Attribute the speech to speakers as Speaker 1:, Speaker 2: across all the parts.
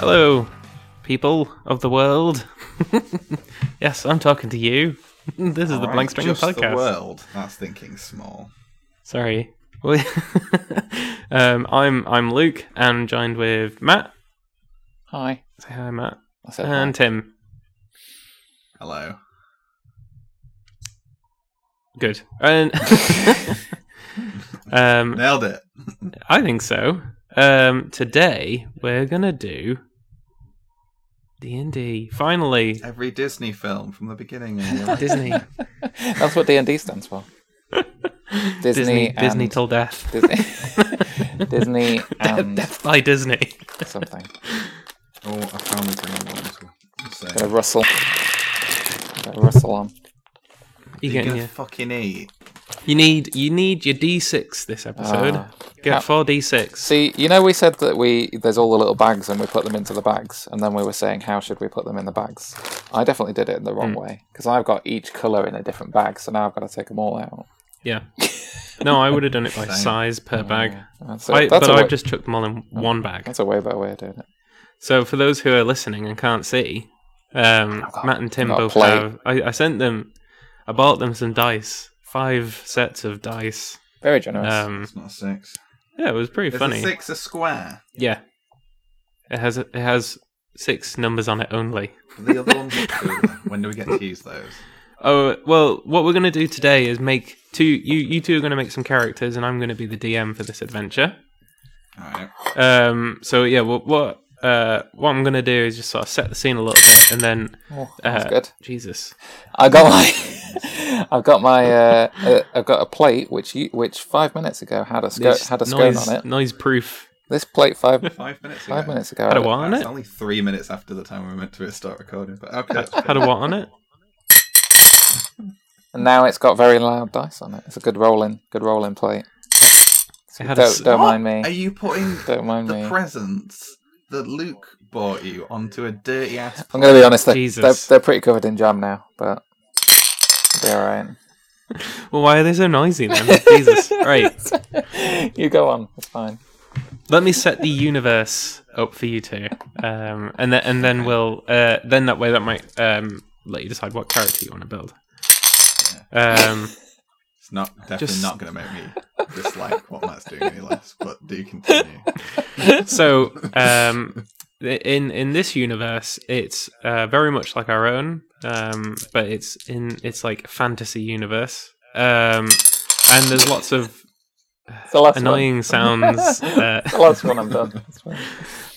Speaker 1: Hello, people of the world. yes, I'm talking to you. this is the
Speaker 2: Alright,
Speaker 1: Blank String
Speaker 2: just
Speaker 1: podcast.
Speaker 2: The world. That's thinking small.
Speaker 1: Sorry. Well, um, I'm I'm Luke, and joined with Matt.
Speaker 3: Hi.
Speaker 1: Say hi, Matt,
Speaker 3: I said
Speaker 1: and Tim.
Speaker 2: Hello.
Speaker 1: Good. And um,
Speaker 2: Nailed it.
Speaker 1: I think so. Um, today we're gonna do D and D. Finally,
Speaker 2: Every Disney film from the beginning. and the end.
Speaker 1: Disney,
Speaker 3: hi. That's what D and D stands for. Disney,
Speaker 1: Disney,
Speaker 3: and
Speaker 1: Disney till death.
Speaker 3: Disney, Disney
Speaker 1: Death,
Speaker 3: and
Speaker 1: death by Disney.
Speaker 3: something.
Speaker 2: oh, I found the thing I wanted to say.
Speaker 3: Got to rustle. Got to rustle on.
Speaker 1: You
Speaker 2: You're
Speaker 1: get
Speaker 2: gonna
Speaker 1: your-
Speaker 2: fucking eat.
Speaker 1: You need you need your D six this episode.
Speaker 3: Ah.
Speaker 1: Get
Speaker 3: How-
Speaker 1: four D six.
Speaker 3: See, you know, we said that we there's all the little bags and we put them into the bags, and then we were saying how should we put them in the bags. I definitely did it in the wrong
Speaker 1: Hmm.
Speaker 3: way because I've got each color in a different bag, so now I've got to take them all out.
Speaker 1: Yeah. No, I would have done it by
Speaker 2: Same.
Speaker 1: size per bag.
Speaker 3: That's a,
Speaker 1: I,
Speaker 3: that's
Speaker 1: but
Speaker 3: a
Speaker 1: I've
Speaker 3: way,
Speaker 1: just chucked them all in one bag.
Speaker 3: that's a way better way of doing it.
Speaker 1: So for those who are listening and can't see, um,
Speaker 3: I've got-
Speaker 1: Matt and Tim
Speaker 3: I've got a
Speaker 1: both
Speaker 3: plate.
Speaker 1: have. I, I sent them. I bought them some dice. Five sets of dice.
Speaker 3: Very generous.
Speaker 1: Um,
Speaker 2: It's not a six.
Speaker 1: yeah, it was pretty
Speaker 2: Is a
Speaker 1: funny.
Speaker 2: six a square?
Speaker 1: Yeah. It has it has six numbers on it only.
Speaker 2: The other ones are cooler. When do we get to use those?
Speaker 1: Oh well, what we're gonna do today is make two. You you two are gonna make some characters, and I'm gonna be the DM for this adventure.
Speaker 2: Alright.
Speaker 1: Um. So yeah, what what uh what I'm gonna do is just sort of set the scene a little bit, and then
Speaker 3: Oh,
Speaker 1: uh,
Speaker 3: that's good.
Speaker 1: Jesus.
Speaker 3: I got my, I've got my, uh, uh, I've got a plate which you, which five minutes ago had a skirt,
Speaker 1: This
Speaker 3: had a skirt
Speaker 1: noise
Speaker 3: on it.
Speaker 1: noise proof.
Speaker 3: This plate five
Speaker 2: Five minutes ago.
Speaker 3: five minutes ago
Speaker 1: Had a
Speaker 3: had a-
Speaker 1: what on
Speaker 2: That's
Speaker 1: it?
Speaker 2: only three minutes after the time we were meant to start recording. But okay. that's
Speaker 1: Had a
Speaker 2: fine.
Speaker 1: what on it?
Speaker 3: and now it's got very loud dice on it. It's a good rolling, good rolling plate.
Speaker 1: It had a
Speaker 3: don't
Speaker 1: s-
Speaker 3: don't
Speaker 2: What
Speaker 3: mind me.
Speaker 2: Are you putting
Speaker 3: Don't mind
Speaker 2: the
Speaker 3: me.
Speaker 2: presents that Luke bought you onto a dirty ass?
Speaker 3: I'm gonna be honest. They're, they're,
Speaker 1: Jesus.
Speaker 3: they're pretty covered in jam now, but they're all
Speaker 1: Well, why are they so noisy then? Jesus. Right.
Speaker 3: right. you go on. It's fine.
Speaker 1: Let me set the universe up for you two, um, and then and then we'll uh, then that way that might um, let you decide what character you want to build. Um.
Speaker 2: It's not definitely
Speaker 1: Just-
Speaker 2: not going to make me dislike what Matt's doing any less. But do continue.
Speaker 1: so um in in this universe it's uh very much like our own um but it's in it's like fantasy universe um and there's lots of
Speaker 3: It's the last
Speaker 1: annoying sounds uh,
Speaker 3: one. The last one. I'm done. It's fine.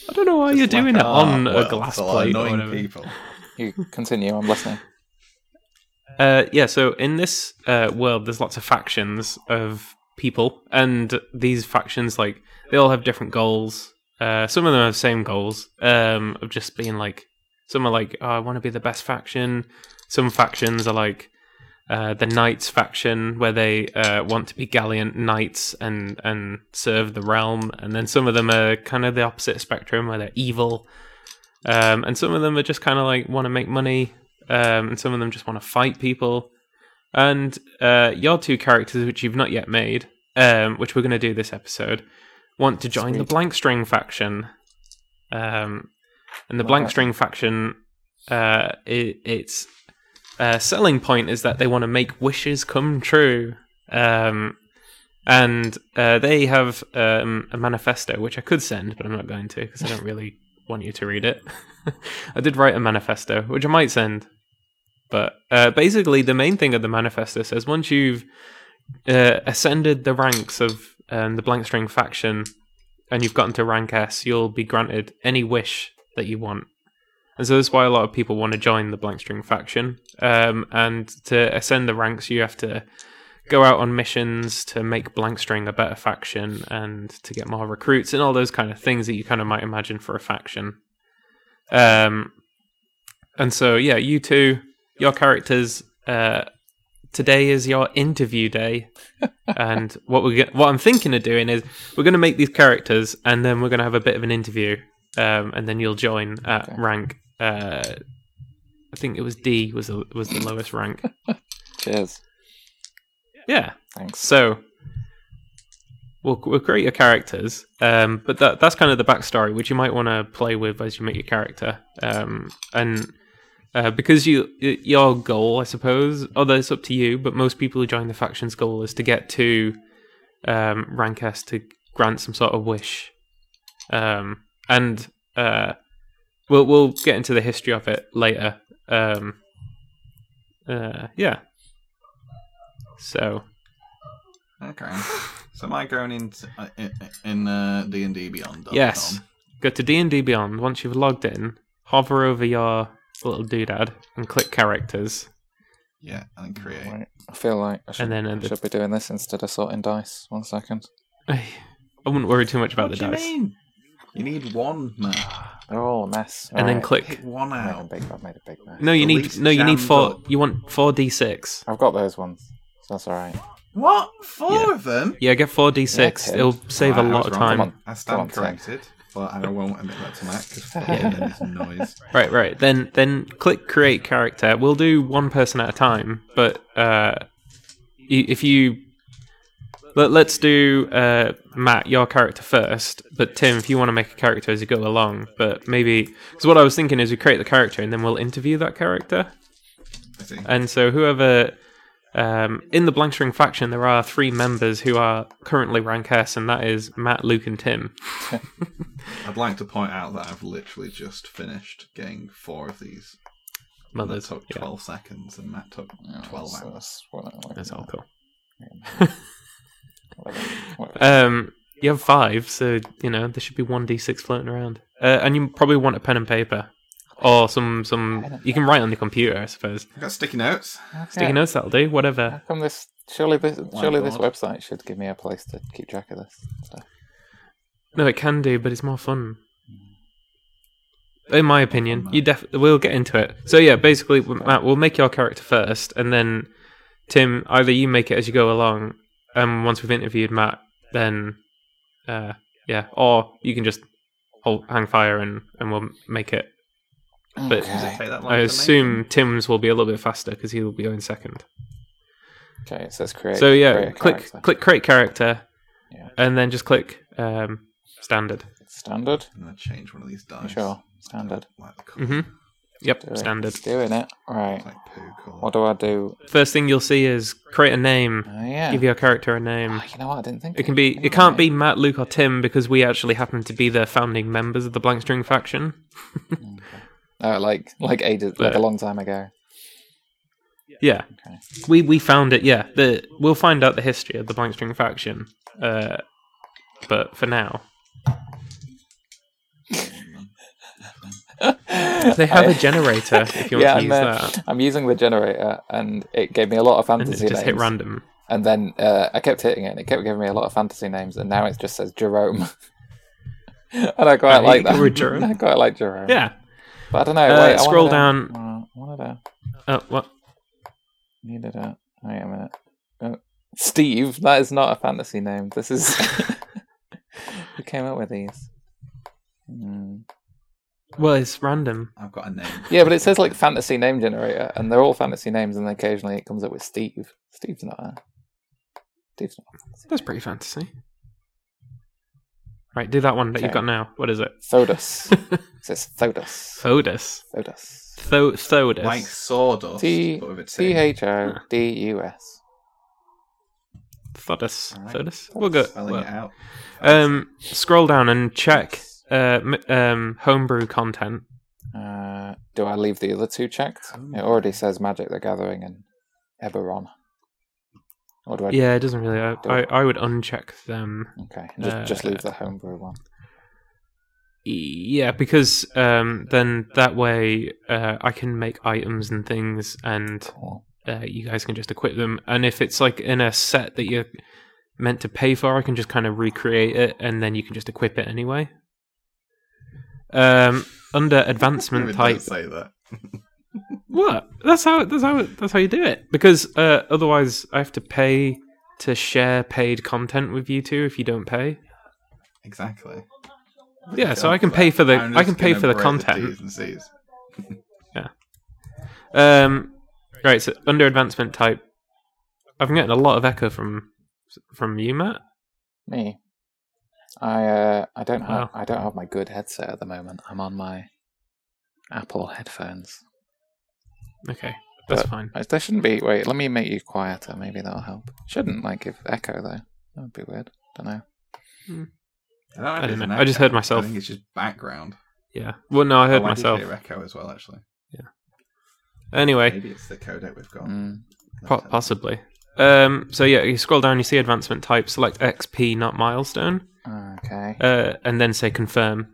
Speaker 1: i don't know why you're
Speaker 2: Just
Speaker 1: doing
Speaker 2: like,
Speaker 1: it
Speaker 2: ah,
Speaker 1: on
Speaker 2: well,
Speaker 1: a glass
Speaker 2: it's all
Speaker 1: plate or
Speaker 2: Annoying
Speaker 1: whatever.
Speaker 2: people.
Speaker 3: You continue. I'm listening.
Speaker 1: Uh, yeah, so in this uh, world, there's lots of factions of people, and these factions, like, they all have different goals. Uh, some of them have same goals um, of just being like, some are like, oh, I want to be the best faction. Some factions are like uh, the knights faction, where they uh, want to be gallant knights and and serve the realm, and then some of them are kind of the opposite spectrum, where they're evil. Um, and some of them are just kind of like want to make money um, and some of them just want to fight people. And uh, your two characters, which you've not yet made, um, which we're going to do this episode, want to join the
Speaker 3: Sweet.
Speaker 1: Blank String faction. Um, and the
Speaker 3: Love
Speaker 1: Blank
Speaker 3: that.
Speaker 1: String faction, uh, i its uh, selling point is that they want to make wishes come true. Um, and uh, they have um, a manifesto, which I could send, but I'm not going to because I don't really want you to read it. I did write a manifesto, which I might send. But uh, basically, the main thing of the manifesto says once you've uh, ascended the ranks of um, the blank string faction and you've gotten to rank S, you'll be granted any wish that you want. And so that's why a lot of people want to join the blank string faction. Um, and to ascend the ranks, you have to go out on missions to make blank string a better faction and to get more recruits and all those kind of things that you kind of might imagine for a faction. Um, and so yeah, you two, your characters. Uh, today is your interview day, and what we what I'm thinking of doing is we're going to make these characters, and then we're going to have a bit of an interview, um, and then you'll join at
Speaker 3: Okay.
Speaker 1: rank. Uh, I think it was D was the, was the lowest rank.
Speaker 3: Cheers.
Speaker 1: Yeah.
Speaker 3: Thanks.
Speaker 1: So we'll, we'll create your characters, um, but that that's kind of the backstory, which you might want to play with as you make your character, um, and uh, because you y- your goal, I suppose, although it's up to you, but most people who join the faction's goal is to get to um, rank S to grant some sort of wish, um, and uh, we'll we'll get into the history of it later. Um, uh, yeah. So
Speaker 2: Okay. So am I going in uh, in, in uh, D&D Beyond? dot
Speaker 1: Yes.
Speaker 2: com?
Speaker 1: Go to D and D Beyond. Once you've logged in, hover over your little doodad and click characters,
Speaker 2: Yeah, and then create.
Speaker 3: Right. I feel like I should,
Speaker 1: and then
Speaker 3: I
Speaker 1: at the,
Speaker 3: should be doing this instead of sorting dice. One second.
Speaker 1: I wouldn't worry too much about
Speaker 2: what
Speaker 1: the
Speaker 2: do
Speaker 1: dice.
Speaker 2: you mean? You need one now.
Speaker 3: They're all a mess.
Speaker 1: And then
Speaker 3: Alright.
Speaker 1: click.
Speaker 2: Pick one
Speaker 3: I've made a
Speaker 2: out.
Speaker 3: big, I've made a big mess.
Speaker 1: No, you
Speaker 2: The
Speaker 1: need
Speaker 2: least
Speaker 1: no, you need
Speaker 2: jammed
Speaker 1: four.
Speaker 2: up.
Speaker 1: You want four d six.
Speaker 3: I've got those ones. So that's all right.
Speaker 2: What? Four
Speaker 1: Yeah.
Speaker 2: of them?
Speaker 1: Yeah, get four d six.
Speaker 3: Yeah, Tim.
Speaker 1: It'll save
Speaker 2: Right,
Speaker 1: a
Speaker 2: I
Speaker 1: lot
Speaker 2: was
Speaker 1: of
Speaker 2: wrong.
Speaker 1: time.
Speaker 3: Come on.
Speaker 2: I stand
Speaker 3: Come on, Tim.
Speaker 2: corrected, but I won't admit that to Matt because fucking this noise.
Speaker 1: Right, right. Then then click create character. We'll do one person at a time, but uh y- if you let, let's do uh Matt your character first, but Tim if you want to make a character as you go along, but maybe cuz what I was thinking is we create the character and then we'll interview that character.
Speaker 2: I see.
Speaker 1: And so whoever um, in the Blank String faction, there are three members who are currently rank S, and that is Matt, Luke, and Tim.
Speaker 2: I'd like to point out that I've literally just finished getting four of these. And that
Speaker 1: Mothers.
Speaker 2: took
Speaker 1: Yeah,
Speaker 2: 12 seconds, and Matt took
Speaker 3: Yeah,
Speaker 2: 12
Speaker 3: that's- uh,
Speaker 2: hours.
Speaker 3: that's what I like.
Speaker 1: that's all cool.
Speaker 3: Whatever. Whatever.
Speaker 1: Um, you have five, so you know there should be one d6 floating around, uh, and you probably want a pen and paper, or some some. You can write on the computer, I suppose.
Speaker 2: I've got sticky notes.
Speaker 1: Sticky
Speaker 3: Yeah.
Speaker 1: notes that'll do.
Speaker 3: How
Speaker 1: Whatever.
Speaker 3: come this? Surely this, surely this
Speaker 2: God.
Speaker 3: website should give me a place to keep track of this stuff.
Speaker 1: No, it can do, but it's more fun. In my opinion, you def we'll get into it. So yeah, basically, Matt, we'll make your character first, and then Tim, either you make it as you go along, and once we've interviewed Matt, then uh, yeah, or you can just hold, hang fire and and we'll make it But-
Speaker 2: Does it
Speaker 3: okay.
Speaker 2: take that long
Speaker 1: I
Speaker 2: to make
Speaker 1: assume
Speaker 2: them?
Speaker 1: Tim's will be a little bit faster because he'll be going second.
Speaker 3: okay, it says create.
Speaker 1: so yeah,
Speaker 3: create a
Speaker 1: click
Speaker 3: character.
Speaker 1: click create character,
Speaker 3: Yeah.
Speaker 1: and then just click um, standard.
Speaker 3: Standard.
Speaker 2: I'm going to change one of these dice.
Speaker 3: Sure, standard.
Speaker 2: Like the colour.
Speaker 1: hmm Yep,
Speaker 3: Doing-
Speaker 1: standard.
Speaker 3: Doing it. All
Speaker 2: It's
Speaker 3: right.
Speaker 2: like poo colour.
Speaker 3: What do I do?
Speaker 1: First thing you'll see is create a name.
Speaker 3: Oh yeah.
Speaker 1: Give your character a name.
Speaker 3: Oh, you know what? I didn't think
Speaker 1: It can be. It can't be Matt, Luke, or Tim because we actually happen to be the founding members of the Blank String faction.
Speaker 3: Oh, like like ages, like
Speaker 1: But-
Speaker 3: a long time ago.
Speaker 1: Yeah,
Speaker 3: Okay.
Speaker 1: we we found it. Yeah, the we'll find out the history of the Blank String faction. Uh, but for now, they have a generator. If you want
Speaker 3: yeah,
Speaker 1: to use
Speaker 3: I'm, uh,
Speaker 1: that.
Speaker 3: I'm using the generator, and it gave me a lot of
Speaker 1: and it
Speaker 3: fantasy
Speaker 1: just hit
Speaker 3: names.
Speaker 1: random.
Speaker 3: and then uh, I kept hitting it, and it kept giving me a lot of fantasy names, and now it just says Jerome. and I quite
Speaker 1: Right,
Speaker 3: like
Speaker 1: you were
Speaker 3: that.
Speaker 1: Jerome.
Speaker 3: I quite like Jerome.
Speaker 1: Yeah.
Speaker 3: but I don't know.
Speaker 1: Uh,
Speaker 3: wait, I
Speaker 1: scroll
Speaker 3: wanted
Speaker 1: down.
Speaker 3: A, uh, wanted a,
Speaker 1: Uh, what?
Speaker 3: needed a. Wait a minute. Oh, Steve. That is not a fantasy name. This is. Who came up with these? Hmm.
Speaker 1: Well, it's random.
Speaker 2: I've got a name.
Speaker 3: Yeah, but it says like fantasy name generator, and they're all fantasy names, and occasionally it comes up with Steve. Steve's not. A... Steve's not.
Speaker 1: That's pretty fantasy. Right, do that one that you've
Speaker 3: Okay.
Speaker 1: got now. What is it?
Speaker 3: Thodas. it says Thodas.
Speaker 1: Thodus.
Speaker 3: Thodas.
Speaker 1: Tho- Thodus.
Speaker 2: Like sawdust,
Speaker 3: T
Speaker 2: but with a T.
Speaker 3: T H O D U S.
Speaker 1: Thodus.
Speaker 2: Alright.
Speaker 1: Thodus. We'll go.
Speaker 2: Spelling it
Speaker 1: well,
Speaker 2: out.
Speaker 1: Um, scroll down and check uh, m- um, homebrew content.
Speaker 3: Uh, do I leave the other two checked?
Speaker 2: Oh.
Speaker 3: It already says Magic the Gathering and Eberron. Or do I?
Speaker 1: Yeah, it doesn't really. I, I, I would uncheck them.
Speaker 3: Okay. Just, just
Speaker 1: Uh,
Speaker 3: leave the homebrew one.
Speaker 1: E, Yeah, because um, then that way uh, I can make items and things and
Speaker 3: Cool.
Speaker 1: uh, you guys can just equip them. And if it's like in a set that you're meant to pay for, I can just kind of recreate it, and then you can just equip it anyway. Um, under advancement
Speaker 2: Maybe don't
Speaker 1: type,
Speaker 2: say that.
Speaker 1: what? That's how. That's how. That's how you do it. Because uh, otherwise, I have to pay to share paid content with you two if you don't pay.
Speaker 2: Exactly.
Speaker 1: Yeah, so I
Speaker 2: Don't
Speaker 1: can
Speaker 2: do
Speaker 1: pay
Speaker 2: that.
Speaker 1: for the-
Speaker 2: I'm
Speaker 1: I
Speaker 2: just
Speaker 1: can pay
Speaker 2: gonna
Speaker 1: for the
Speaker 2: break
Speaker 1: content.
Speaker 2: T's and C's.
Speaker 1: Um, right. So under advancement type, I've been getting a lot of echo from from you, Matt.
Speaker 3: Me. I uh, I don't have
Speaker 1: Wow.
Speaker 3: I don't have my good headset at the moment. I'm on my Apple headphones.
Speaker 1: Okay, that's
Speaker 3: But-
Speaker 1: fine.
Speaker 3: Uh, There shouldn't be. Wait, let me make you quieter. Maybe that'll help. Shouldn't like give echo though. That would be weird. Don't know.
Speaker 2: I, don't
Speaker 1: I
Speaker 2: if
Speaker 1: don't
Speaker 2: it's
Speaker 1: know.
Speaker 2: an
Speaker 1: I just
Speaker 2: echo.
Speaker 1: heard myself.
Speaker 2: I think it's just background.
Speaker 1: Yeah. Well, no, I heard
Speaker 2: oh,
Speaker 1: myself.
Speaker 2: I did hear echo as well, actually.
Speaker 1: Anyway,
Speaker 2: Maybe it's the codec we've got.
Speaker 3: Mm.
Speaker 1: po- possibly. Um, so yeah, you scroll down, you see advancement type, select XP, not milestone,
Speaker 3: Okay.
Speaker 1: uh, and then say confirm.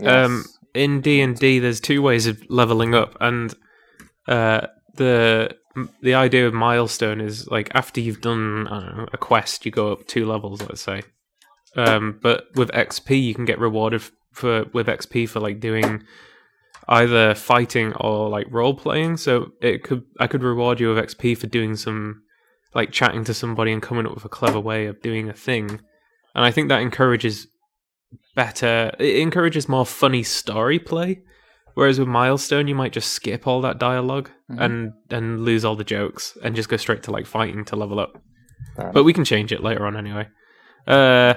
Speaker 3: Yes.
Speaker 1: Um, in D and D, there's two ways of leveling up, and uh, the the idea of milestone is like after you've done I don't know, a quest, you go up two levels, let's say. Um, but with XP, you can get rewarded f- for with XP for like doing either fighting or like role playing. So it could I could reward you with XP for doing some like chatting to somebody and coming up with a clever way of doing a thing, and I think that encourages better. It encourages more funny story play, whereas with Milestone, you might just skip all that dialog
Speaker 3: Mhm.
Speaker 1: and and lose all the jokes and just go straight to like fighting to level up.
Speaker 3: Fair enough.
Speaker 1: But we can change it later on anyway. Uh,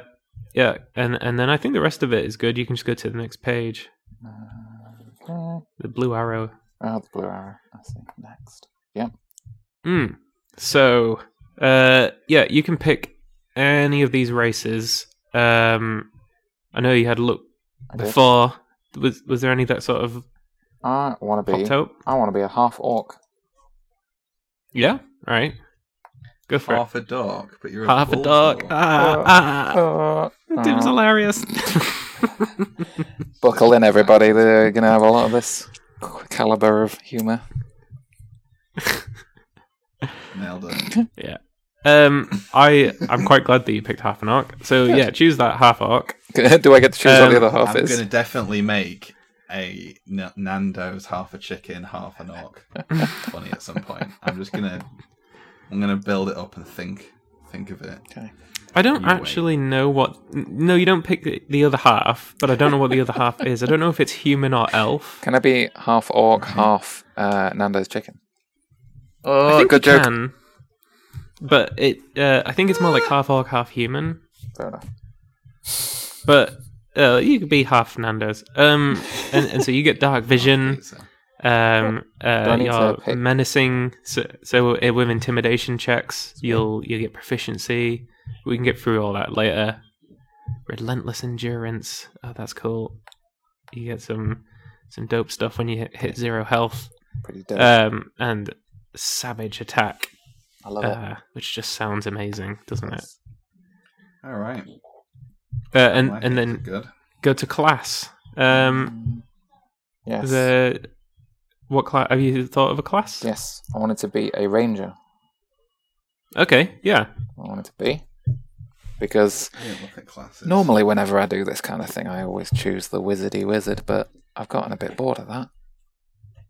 Speaker 1: yeah, and and then I think the rest of it is good. You can just go to the next page,
Speaker 3: Okay.
Speaker 1: the blue arrow.
Speaker 3: Oh, Uh, the blue arrow. I see. Next.
Speaker 1: Mm. So, uh, yeah, you can pick any of these races. Um, I know you had a look
Speaker 3: I did.
Speaker 1: before. Was was there any that sort of
Speaker 3: I want to be.
Speaker 1: popped out?
Speaker 3: I want to be a half orc.
Speaker 1: Yeah. All right. Go for
Speaker 2: Half a dark, but you're
Speaker 1: it.
Speaker 2: a
Speaker 1: Half a
Speaker 2: bullseye.
Speaker 1: dog. Ah,
Speaker 3: Oh.
Speaker 1: ah.
Speaker 3: Uh,
Speaker 1: Tim's
Speaker 3: uh,
Speaker 1: hilarious.
Speaker 3: buckle in, everybody. They're gonna have a lot of this caliber of humor.
Speaker 2: Nailed it.
Speaker 1: um, I I'm quite glad that you picked half an arc. So
Speaker 3: Good.
Speaker 1: yeah, choose that half arc.
Speaker 3: Do I get to choose what the
Speaker 1: Um,
Speaker 3: other half
Speaker 2: I'm
Speaker 3: is?
Speaker 2: going to definitely make a N- Nando's half a chicken, half an orc. Funny at some point. I'm just going to. I'm going to build it up and think. Think of it.
Speaker 3: Okay.
Speaker 1: I don't
Speaker 2: You wait.
Speaker 1: actually know what. n- No, you don't pick the, the other half, but I don't know what the other half is. I don't know if it's human or elf.
Speaker 3: Can I be half orc, half uh, Nando's chicken?
Speaker 1: Mm-hmm. I
Speaker 3: Oh,
Speaker 1: think
Speaker 3: good
Speaker 1: you
Speaker 3: joke.
Speaker 1: Can, but it, uh, I think it's more like half orc, half human.
Speaker 3: Fair enough.
Speaker 1: But uh, you could be half Nando's. Um, and, and so you get dark vision.
Speaker 2: Pizza.
Speaker 1: Um, uh,
Speaker 3: need to
Speaker 1: you're
Speaker 3: pick?
Speaker 1: menacing. So, so uh, with intimidation checks, you'll you will get proficiency. We can get through all that later. Relentless endurance. Oh, that's cool. You get some some dope stuff when you hit, hit zero health.
Speaker 3: Pretty dope.
Speaker 1: Um, and savage attack,
Speaker 3: I love it.
Speaker 1: uh, which just sounds amazing, doesn't it?
Speaker 2: All right.
Speaker 1: Uh, and
Speaker 2: Like
Speaker 1: and
Speaker 2: it.
Speaker 1: then
Speaker 2: Good.
Speaker 1: go to class. Um,
Speaker 3: yes.
Speaker 1: the what class? Have you thought of a class?
Speaker 3: Yes. I wanted to be a ranger.
Speaker 1: Okay. Yeah.
Speaker 3: I wanted to be because
Speaker 2: I didn't look at classes.
Speaker 3: normally whenever I do this kind of thing, I always choose the wizardy wizard, but I've gotten a bit bored of that.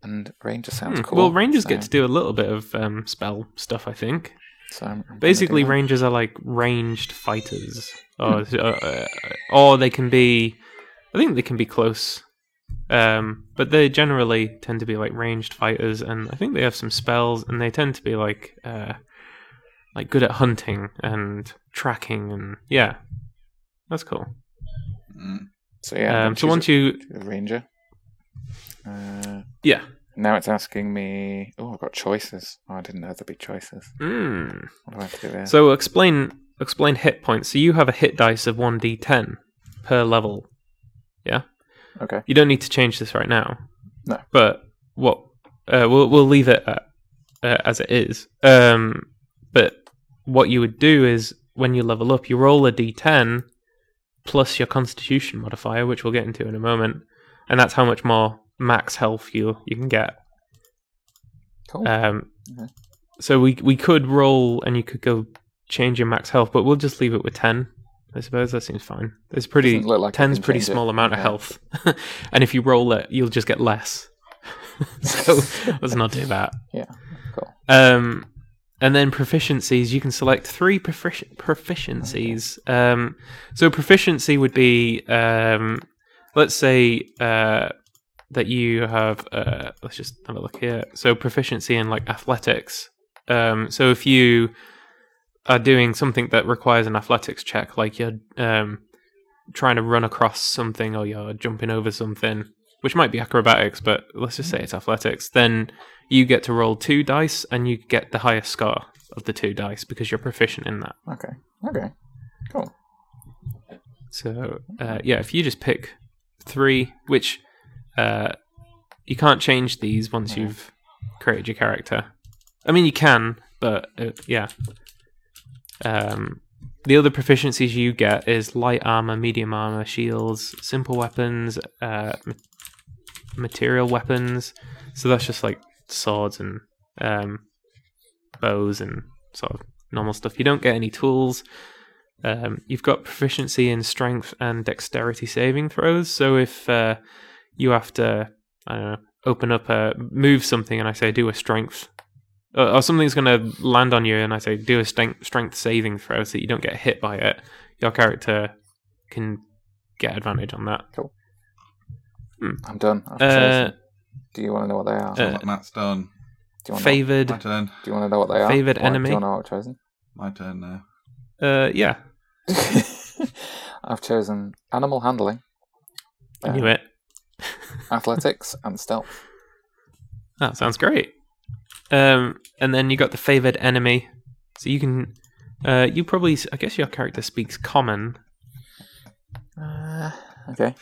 Speaker 3: And ranger sounds
Speaker 1: Hmm,
Speaker 3: cool.
Speaker 1: Well, rangers
Speaker 3: so,
Speaker 1: get to do a little bit of um, spell stuff, I think.
Speaker 3: so I'm- I'm gonna do Hmm.
Speaker 1: Basically,
Speaker 3: that.
Speaker 1: rangers are like ranged fighters, or uh, or they can be. I think they can be close, um, but they generally tend to be like ranged fighters, and I think they have some spells, and they tend to be like uh, like good at hunting and tracking, and yeah, that's cool.
Speaker 2: Mm.
Speaker 3: So yeah. I'm
Speaker 1: um,
Speaker 3: gonna
Speaker 1: so once
Speaker 3: choose
Speaker 1: you,
Speaker 3: a- choose a ranger. Uh,
Speaker 1: yeah,
Speaker 3: now it's asking me. Oh, I've got choices. Oh, I didn't know there'd be choices.
Speaker 1: mm.
Speaker 3: What do I have to do there?
Speaker 1: So explain explain hit points. So you have a hit dice of one d10 per level. Yeah.
Speaker 3: Okay.
Speaker 1: You don't need to change this right now.
Speaker 3: No.
Speaker 1: But what uh, we'll we'll leave it at, uh, as it is. Um, but what you would do is when you level up, you roll a d10 plus your Constitution modifier, which we'll get into in a moment, and that's how much more max health you you can get.
Speaker 3: cool.
Speaker 1: Um,
Speaker 3: Okay.
Speaker 1: So we we could roll, and you could go change your max health, but we'll just leave it with ten. I suppose that seems fine. It's pretty
Speaker 3: Doesn't look like I
Speaker 1: ten's
Speaker 3: can
Speaker 1: pretty
Speaker 3: change it.
Speaker 1: small amount of
Speaker 3: Yeah.
Speaker 1: health, and if you roll it, you'll just get less. so let's not do that.
Speaker 3: Yeah, cool.
Speaker 1: Um, and then proficiencies. You can select three profici- proficiencies. Um, so proficiency would be, um, let's say uh, that you have. Uh, let's just have a look here. So proficiency in like athletics. Um, so if you are doing something that requires an athletics check, like you're um, trying to run across something or you're jumping over something, which might be acrobatics, but let's just say it's athletics, then you get to roll two dice and you get the highest score of the two dice because you're proficient in that.
Speaker 3: Okay. Okay. Cool.
Speaker 1: So uh, yeah, if you just pick three, which uh, you can't change these once you've created your character. I mean, you can, but uh, yeah. Um, the other proficiencies you get is light armor, medium armor, shields, simple weapons, uh, ma- material weapons. So that's just like swords and um, bows and sort of normal stuff. You don't get any tools. Um, you've got proficiency in strength and dexterity saving throws. So if uh, you have to, I don't know, open up a move something, and I say do a strength, or, or something's going to land on you, and I say do a strength strength saving throw so that you don't get hit by it. Your character can get advantage on that.
Speaker 3: I'm done. I've
Speaker 1: Uh,
Speaker 3: chosen. Do you want to know what they are?
Speaker 1: uh,
Speaker 3: do,
Speaker 2: What Matt's done.
Speaker 3: you want to know,
Speaker 1: favored,
Speaker 2: My turn.
Speaker 3: do you want to know what they are?
Speaker 1: favored
Speaker 3: Why- Do
Speaker 1: enemy?
Speaker 3: you want to know what I've chosen?
Speaker 2: My turn now.
Speaker 1: uh, yeah,
Speaker 3: I've chosen animal handling,
Speaker 1: I knew it.
Speaker 3: athletics, and stealth.
Speaker 1: That sounds great. Um, and then you got the favored enemy, so you can, uh, you probably, I guess your character speaks common.
Speaker 3: Uh, okay.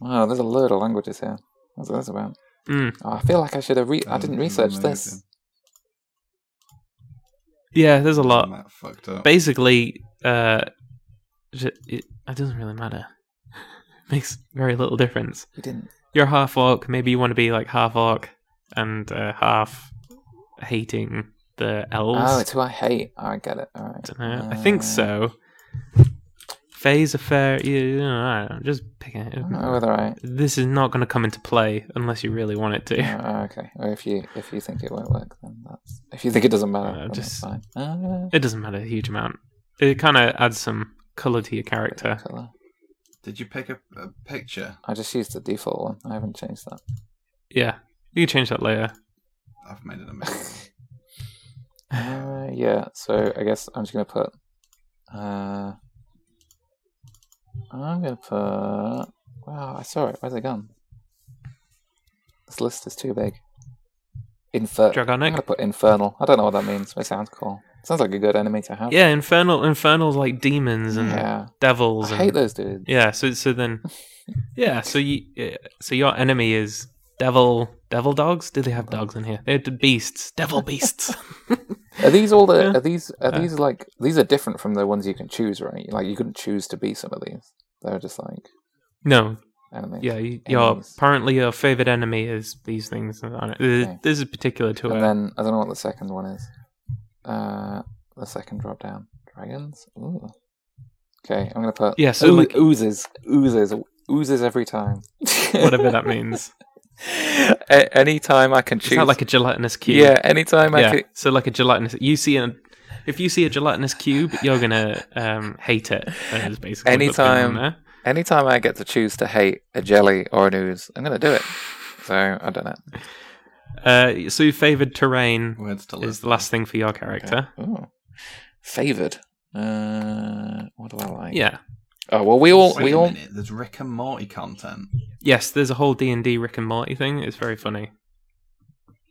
Speaker 3: Wow, there's a load of languages here. What's this about?
Speaker 1: Mm.
Speaker 3: Oh, I feel like I should have. Re- I
Speaker 2: Um,
Speaker 3: didn't research
Speaker 2: amazing.
Speaker 3: this.
Speaker 1: Yeah, there's a lot.
Speaker 2: Matt fucked up.
Speaker 1: basically, uh, j- it, it doesn't really matter. Makes very little difference.
Speaker 3: You didn't.
Speaker 1: You're half orc. Maybe you want to be like half orc and uh, half hating the elves.
Speaker 3: Oh, it's who I hate. Oh, I get it. All right.
Speaker 1: Uh, I think
Speaker 3: Uh,
Speaker 1: so. Phase of fair. You, you know, I don't know, just picking it.
Speaker 3: I don't know whether I.
Speaker 1: This is not going to come into play unless you really want it to.
Speaker 3: Oh, okay. Well, if you if you think it won't work, then that's. If you think it doesn't matter,
Speaker 1: Uh,
Speaker 3: then
Speaker 1: just-
Speaker 3: that's fine. Uh,
Speaker 1: It doesn't matter a huge amount. It kind of adds some color to your character.
Speaker 3: colour.
Speaker 2: Did you pick a, a picture?
Speaker 3: I just used the default one. I haven't changed that.
Speaker 1: Yeah, you can change that later.
Speaker 2: I've made it a mess.
Speaker 3: Uh, yeah, so I guess I'm just gonna put. Uh, I'm gonna put. Wow, I saw it. Where's it gone? This list is too big. Infer. I'm
Speaker 1: Dragonic.
Speaker 3: gonna put infernal. I don't know what that means, but it sounds cool. Sounds like a good enemy to have.
Speaker 1: Yeah, infernal, infernals like demons and
Speaker 3: Yeah.
Speaker 1: devils.
Speaker 3: I
Speaker 1: And,
Speaker 3: hate those dudes.
Speaker 1: Yeah, so so then, yeah, so you yeah, so your enemy is devil devil dogs. Do they have dogs in here? They're d- beasts, devil beasts.
Speaker 3: Are these all the?
Speaker 1: Yeah.
Speaker 3: Are these? Are
Speaker 1: Yeah.
Speaker 3: these like? These are different from the ones you can choose, right? Like you couldn't choose to be some of these. They're just like
Speaker 1: no,
Speaker 3: enemies.
Speaker 1: yeah, you, your
Speaker 3: Enemies.
Speaker 1: apparently your favorite enemy is these things. and I- uh,
Speaker 3: Okay.
Speaker 1: This is particular to
Speaker 3: And
Speaker 1: it.
Speaker 3: then I don't know what the second one is. Uh, the second drop down, dragons. Ooh. Okay, I'm gonna put
Speaker 1: Yeah, so,
Speaker 3: Ooh,
Speaker 1: like-
Speaker 3: oozes, oozes, oozes every time.
Speaker 1: Whatever that means.
Speaker 3: A- anytime I can
Speaker 1: Is
Speaker 3: choose.
Speaker 1: that like a gelatinous cube?
Speaker 3: yeah, anytime I
Speaker 1: yeah.
Speaker 3: can.
Speaker 1: So like a gelatinous. You see an. If you see a gelatinous cube, you're gonna um, hate it. That is basically what's going on
Speaker 3: Anytime-
Speaker 1: there.
Speaker 3: Anytime I get to choose to hate a jelly or an ooze, I'm gonna do it. So I don't know.
Speaker 1: Uh, so favored terrain
Speaker 2: Words to live.
Speaker 1: is the last thing for your character.
Speaker 3: Ooh. Favored. Uh, what do I like?
Speaker 1: Yeah.
Speaker 3: Oh well, we all
Speaker 2: Wait
Speaker 3: we
Speaker 2: a
Speaker 3: all
Speaker 2: minute. There's Rick and Morty content.
Speaker 1: Yes, there's a whole D and D Rick and Morty thing. It's very funny.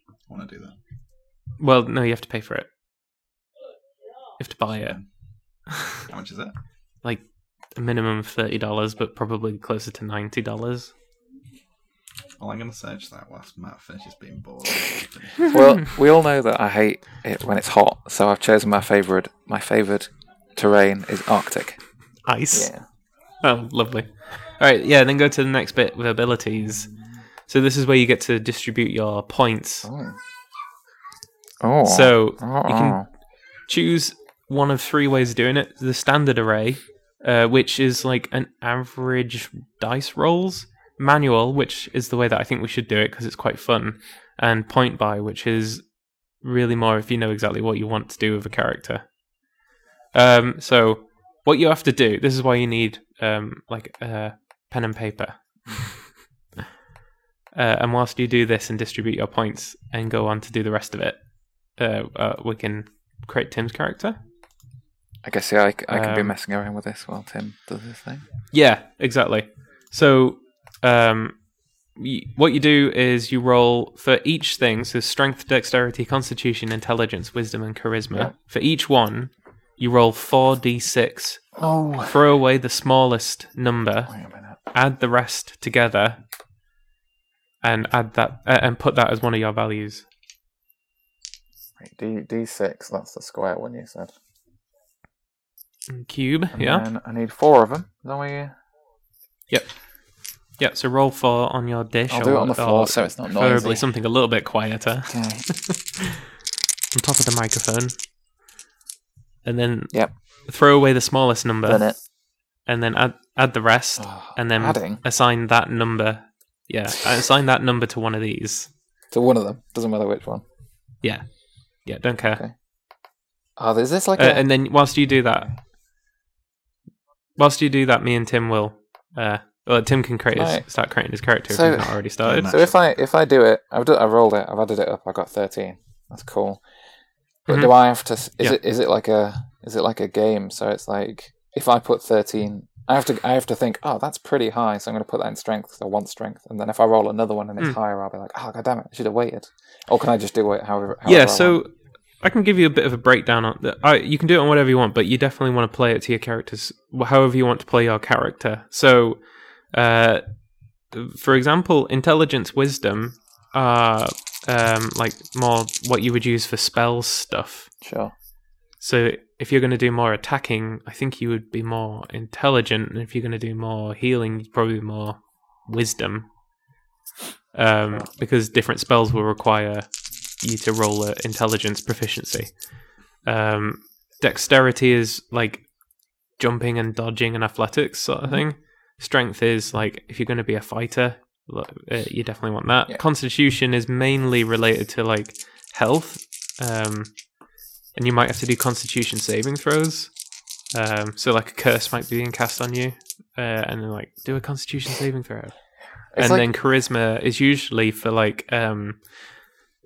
Speaker 2: I want to do that.
Speaker 1: Well, no, you have to pay for it. You have to buy it.
Speaker 2: How much is it?
Speaker 1: A minimum of thirty dollars, but probably closer to ninety dollars.
Speaker 2: Well, I'm going to search that whilst Matt finishes being bored.
Speaker 3: well, we all know that I hate it when it's hot, so I've chosen my favorite. My favorite terrain is Arctic.
Speaker 1: Ice. Oh, lovely. All right, yeah. Then go to the next bit with abilities. So this is where you get to distribute your points.
Speaker 3: Oh. Oh.
Speaker 1: So
Speaker 3: Oh,
Speaker 1: you can choose one of three ways of doing it. The standard array, uh, which is like an average dice rolls. Manual, which is the way that I think we should do it because it's quite fun. And point by, which is really more if you know exactly what you want to do with a character. Um, so what you have to do, this is why you need um, like uh, pen and paper. Uh, and whilst you do this and distribute your points and go on to do the rest of it, uh, uh, we can create Tim's character.
Speaker 3: I guess yeah, I, c- I can be
Speaker 1: Um,
Speaker 3: messing around with this while Tim does his thing.
Speaker 1: Yeah, exactly. So, um, y what you do is you roll for each thing. So, strength, dexterity, constitution, intelligence, wisdom, and charisma.
Speaker 3: Yeah.
Speaker 1: For each one, you roll four d6.
Speaker 3: Oh,
Speaker 1: Throw away the smallest number.
Speaker 3: wait a minute.
Speaker 1: Add the rest together, and add that uh, and put that as one of your values.
Speaker 3: Wait, D D six. That's the square one you said.
Speaker 1: Cube.
Speaker 3: And
Speaker 1: Yeah.
Speaker 3: Then I need four of them. Then we.
Speaker 1: Yeah. So roll four on your dish.
Speaker 3: I'll do it
Speaker 1: or-
Speaker 3: on the
Speaker 1: or
Speaker 3: floor so it's not
Speaker 1: Preferably
Speaker 3: noisy.
Speaker 1: something a little bit quieter.
Speaker 3: Okay.
Speaker 1: on top of the microphone, and then
Speaker 3: Yep.
Speaker 1: throw away the smallest number,
Speaker 3: Then it.
Speaker 1: and then add add the rest,
Speaker 3: Oh,
Speaker 1: and then
Speaker 3: adding
Speaker 1: assign that number. Yeah, assign that number to one of these.
Speaker 3: to one of them doesn't matter which one.
Speaker 1: Yeah, don't care.
Speaker 3: Okay. Oh, is this like
Speaker 1: Uh,
Speaker 3: a?
Speaker 1: and then whilst you do that, whilst you do that, me and Tim will. Uh, well, Tim can create his,
Speaker 3: Right.
Speaker 1: start creating his character
Speaker 3: So-
Speaker 1: if he's not already started.
Speaker 2: Nice.
Speaker 3: So if I if I do it, I've done, I rolled it. I've added it up. I got thirteen. That's cool. But
Speaker 1: Mhm.
Speaker 3: do I have to? s- Is
Speaker 1: Yeah.
Speaker 3: it is it like a is it like a game? So it's like if I put thirteen, I have to I have to think. Oh, that's pretty high. So I'm going to put that in strength. 'cause I want strength. And then if I roll another one and it's
Speaker 1: Mm.
Speaker 3: higher, I'll be like, oh god damn it, I should have waited. Or can I just do it however? however I
Speaker 1: yeah
Speaker 3: want?
Speaker 1: so i can give you a bit of a breakdown on that I, you can do it on whatever you want but you definitely want to play it to your characters however you want to play your character so uh, for example intelligence wisdom are um, like more what you would use for spells stuff
Speaker 3: sure.
Speaker 1: so if you're going to do more attacking i think you would be more intelligent and if you're going to do more healing you'd probably be more wisdom um, because different spells will require you to roll a intelligence proficiency. Um, dexterity is like jumping and dodging and athletics sort of
Speaker 3: Mm-hmm.
Speaker 1: thing. Strength is like if you're going to be a fighter, lo- uh, you definitely want that.
Speaker 3: Yeah.
Speaker 1: Constitution is mainly related to like health, um, and you might have to do Constitution saving throws. Um, so like a curse might be being cast on you, uh, and then like do a Constitution saving throw
Speaker 3: It's
Speaker 1: and
Speaker 3: like-
Speaker 1: then charisma is usually for like um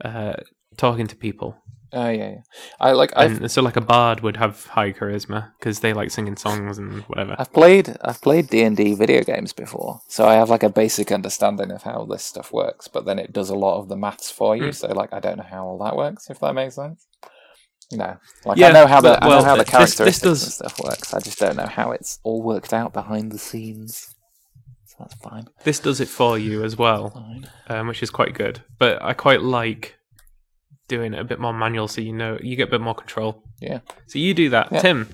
Speaker 1: uh talking to people
Speaker 3: Oh yeah, yeah. I like I've
Speaker 1: and so like a bard would have high charisma because they like singing songs and whatever
Speaker 3: I've played I've played D and D video games before, so I have like a basic understanding of how this stuff works. But then it does a lot of the maths for you,
Speaker 1: Mm.
Speaker 3: so like I don't know how all that works. If that makes sense, no, like I
Speaker 1: Yeah,
Speaker 3: know how the I
Speaker 1: well,
Speaker 3: know how the
Speaker 1: th- this- this
Speaker 3: characteristics and
Speaker 1: does-
Speaker 3: stuff works. I just don't know how it's all worked out behind the scenes. So that's fine.
Speaker 1: this does it for you as well
Speaker 3: Fine.
Speaker 1: um, which is quite good but i quite like doing it a bit more manual so you know you get a bit more control
Speaker 3: Yeah.
Speaker 1: so you do that
Speaker 3: Yeah.
Speaker 1: tim